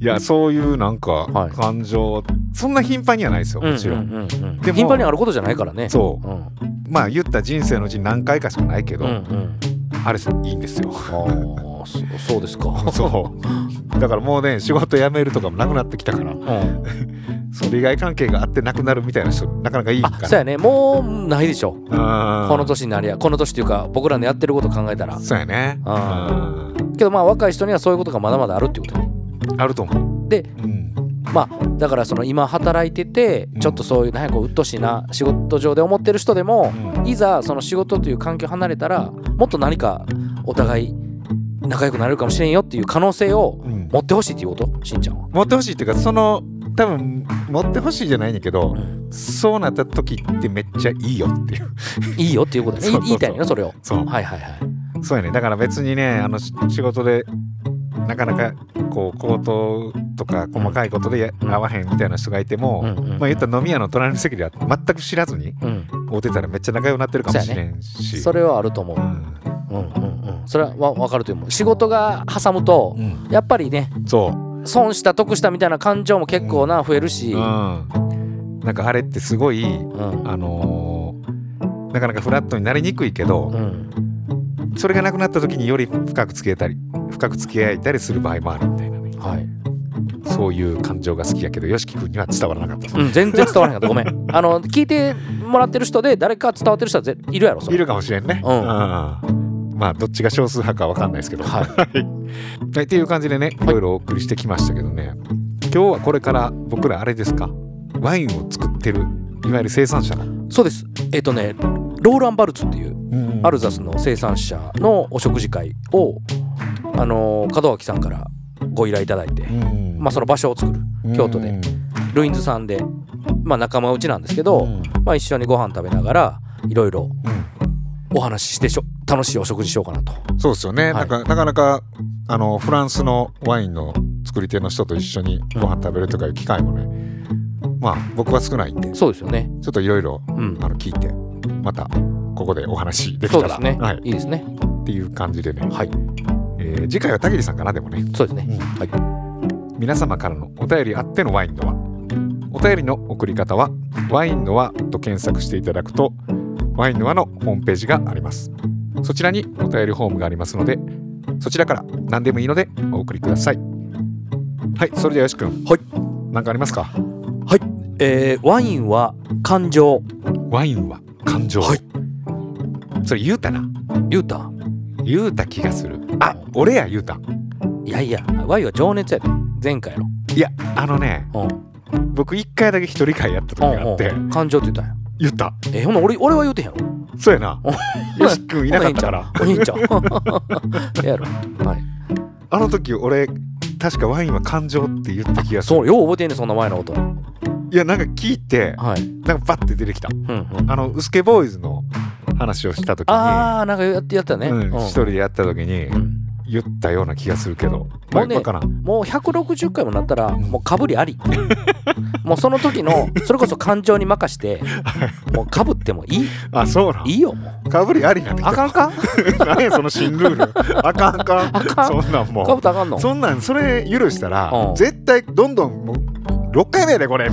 Speaker 3: い
Speaker 2: やそういうなんか
Speaker 3: はい
Speaker 2: 感情、そんな頻繁にはないですよ
Speaker 3: うんう
Speaker 2: も
Speaker 3: ん
Speaker 2: ちろん、
Speaker 3: うんうん
Speaker 2: でも
Speaker 3: 頻繁にあることじゃないからね
Speaker 2: そ
Speaker 3: うんうん
Speaker 2: うまあ言った人生のうち何回かしかないけど、
Speaker 3: うん
Speaker 2: あれいい んですよ
Speaker 3: あーそそうです か
Speaker 2: そうだからもうね仕事辞めるとかもなくなってきたから
Speaker 3: うん
Speaker 2: そう利害関係があってなくなるみたいな人なかなかいいか
Speaker 3: あ
Speaker 2: ら
Speaker 3: そうやねもうないでしょこ
Speaker 2: こ
Speaker 3: の年になりゃこの年っていうか僕らのやってること考えたら
Speaker 2: そうやね
Speaker 3: う
Speaker 2: あ
Speaker 3: けどまあ若い人にはそういうことがまだまだあるってことね
Speaker 2: あると思う
Speaker 3: で
Speaker 2: うん
Speaker 3: まあだからその今働いてて
Speaker 2: うん
Speaker 3: ちょっとそういうなんやこう鬱陶しいな仕事上で思ってる人でも
Speaker 2: うん
Speaker 3: いざその仕事という環境離れたらもっと何かお互い仲良くなれるかもしれんよっていう可能性を
Speaker 2: うん
Speaker 3: 持ってほしいっていうことしんちゃんは。
Speaker 2: 持ってほしいっていうかその多分持ってほしいじゃないんだけど
Speaker 3: うん
Speaker 2: そうなった時ってめっちゃいいよっていう
Speaker 3: いいよっていうことだね
Speaker 2: そうそうそ
Speaker 3: いう言いたいのよそれを。
Speaker 2: そう
Speaker 3: はいはいはい。
Speaker 2: そうやねだから別にねあのし仕事でなかなかこう口頭とか細かいことでや
Speaker 3: うん
Speaker 2: 合わへんみたいな人がいても、
Speaker 3: うんうん
Speaker 2: まあ、言ったら飲み屋の隣の席では全く知らずに
Speaker 3: うん、
Speaker 2: 会うてたらめっちゃ仲良くなってるかもしれんし
Speaker 3: それはあると思う
Speaker 2: う。ん
Speaker 3: うんうんうん、それはわ分かると思う。仕事が挟むと
Speaker 2: うん
Speaker 3: やっぱりね
Speaker 2: そう、
Speaker 3: 損した得したみたいな感情も結構な増えるし、
Speaker 2: うん、なんかあれってすごい
Speaker 3: うん
Speaker 2: あのーなかなかフラットになりにくいけど、
Speaker 3: うん、
Speaker 2: それがなくなった時により深く付き合えたり深く付き合えたりする場合もあるみたいなね
Speaker 3: はい、
Speaker 2: そういう感情が好きやけどよしき君には伝わらなかった
Speaker 3: うん、全然伝わらなかったごめんあの聞いてもらってる人で誰か伝わってる人はぜいるやろそれ
Speaker 2: いるかもしれんね、
Speaker 3: うん
Speaker 2: まあどっちが少数派かわかんないですけど、
Speaker 3: はい
Speaker 2: はい、 っていう感じでねいろいろお送りしてきましたけどね、今日はこれから僕らあれですかワインを作ってるいわゆる生産者が、
Speaker 3: そうですえっ、とねローラン・バルツっていうアル
Speaker 2: ぞ
Speaker 3: ザスの生産者のお食事会を、あのー門脇さんからご依頼いただいて、まあ、その場所を作る京都でルインズさんで、まあ、仲間内なんですけど、まあ、一緒にご飯食べながらいろいろお話ししてしょ楽しいお食事しようかなと
Speaker 2: そうですよね、
Speaker 3: はい
Speaker 2: なんかなかなかあのフランスのワインの作り手の人と一緒にご飯食べるとかいう機会もね、まあ僕は少ないんでち
Speaker 3: そうですよね
Speaker 2: ょっといろいろ
Speaker 3: うん
Speaker 2: あの聞いてまたここでお話でき
Speaker 3: そう
Speaker 2: た
Speaker 3: で
Speaker 2: ら、
Speaker 3: すね、
Speaker 2: はいい、、
Speaker 3: いですね
Speaker 2: っていう感じでね、
Speaker 3: はい
Speaker 2: えー次回はたけりさんかなでもね、
Speaker 3: そうですね
Speaker 2: はい、皆様からのお便りあってのワインのはお便りの送り方はワインのはと検索していただくとワインのはのホームページがありますそちらにお便りフォームがありますのでそちらから何でもいいのでお送りくださいはいそれではよし君
Speaker 3: はい
Speaker 2: 何かありますか
Speaker 3: えーワインは感情
Speaker 2: ワインは感情
Speaker 3: はい
Speaker 2: それ言うたな
Speaker 3: リュータ
Speaker 2: 言うた気がするあ俺や言うた
Speaker 3: いやいやワインは情熱やで前回やろ
Speaker 2: いやあのね
Speaker 3: うん
Speaker 2: 僕一回だけ一人会やった時があって
Speaker 3: うんうん感情って言ったんや
Speaker 2: 言った
Speaker 3: えーほんな俺俺は言うてへんやろ
Speaker 2: そうやなよし君いなかったから
Speaker 3: お兄ちゃん ええやろはい
Speaker 2: あの時俺確かワインは感情って言った気がす
Speaker 3: そ
Speaker 2: る
Speaker 3: うよう覚えてんねそんな前のこと
Speaker 2: いやなんか聞いて
Speaker 3: はい、
Speaker 2: なんかバッて出てきた
Speaker 3: うんうん、
Speaker 2: あのウスケボーイズの話をした時に
Speaker 3: あーなんかやってやったね、
Speaker 2: うん
Speaker 3: うん
Speaker 2: 一人でやった時に
Speaker 3: うん
Speaker 2: 言ったような気がするけど
Speaker 3: もうね
Speaker 2: わからん
Speaker 3: もう160回もなったらもうかぶりありもうその時のそれこそ感情に任してもうかぶってもいい
Speaker 2: あそうなん
Speaker 3: いいよもう
Speaker 2: かぶりありなんだ
Speaker 3: あかんか
Speaker 2: 何やその新ルールあかんか
Speaker 3: あかん
Speaker 2: そんなん
Speaker 3: かぶっ
Speaker 2: も
Speaker 3: たらあかんの
Speaker 2: うそんなんそれ許したら
Speaker 3: うん
Speaker 2: 絶対どんどんもう6回目やで これ
Speaker 3: い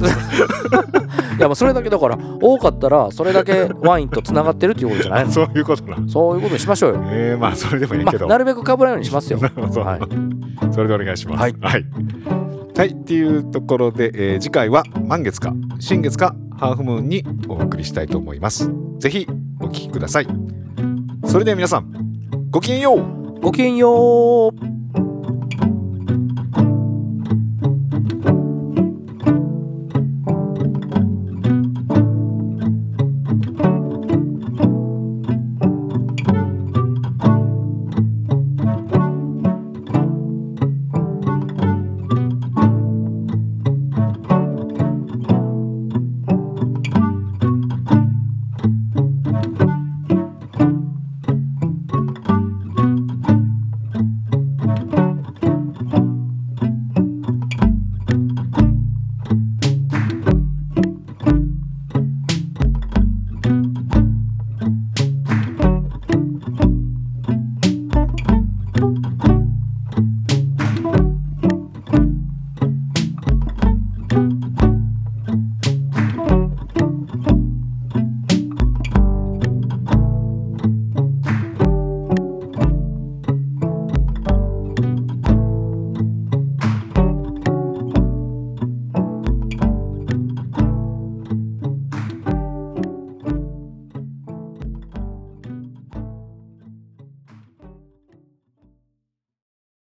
Speaker 3: やもうそれだけだから多かったらそれだけワインとつながってるっていうことじゃないの
Speaker 2: そういうことな
Speaker 3: そういうことにしましょうよ、
Speaker 2: えー、まあそれでもいい
Speaker 3: ま
Speaker 2: け
Speaker 3: あ、
Speaker 2: ど
Speaker 3: なるべくかぶらないようにしますよ
Speaker 2: そう
Speaker 3: はい、
Speaker 2: それでお願いします。
Speaker 3: はい
Speaker 2: はい。はいっていうところで、えー次回は満月か新月かハーフムーンにお送りしたいと思います。ぜひお聞きください。それでは皆さん、ごきげんよう
Speaker 3: ごきげんよう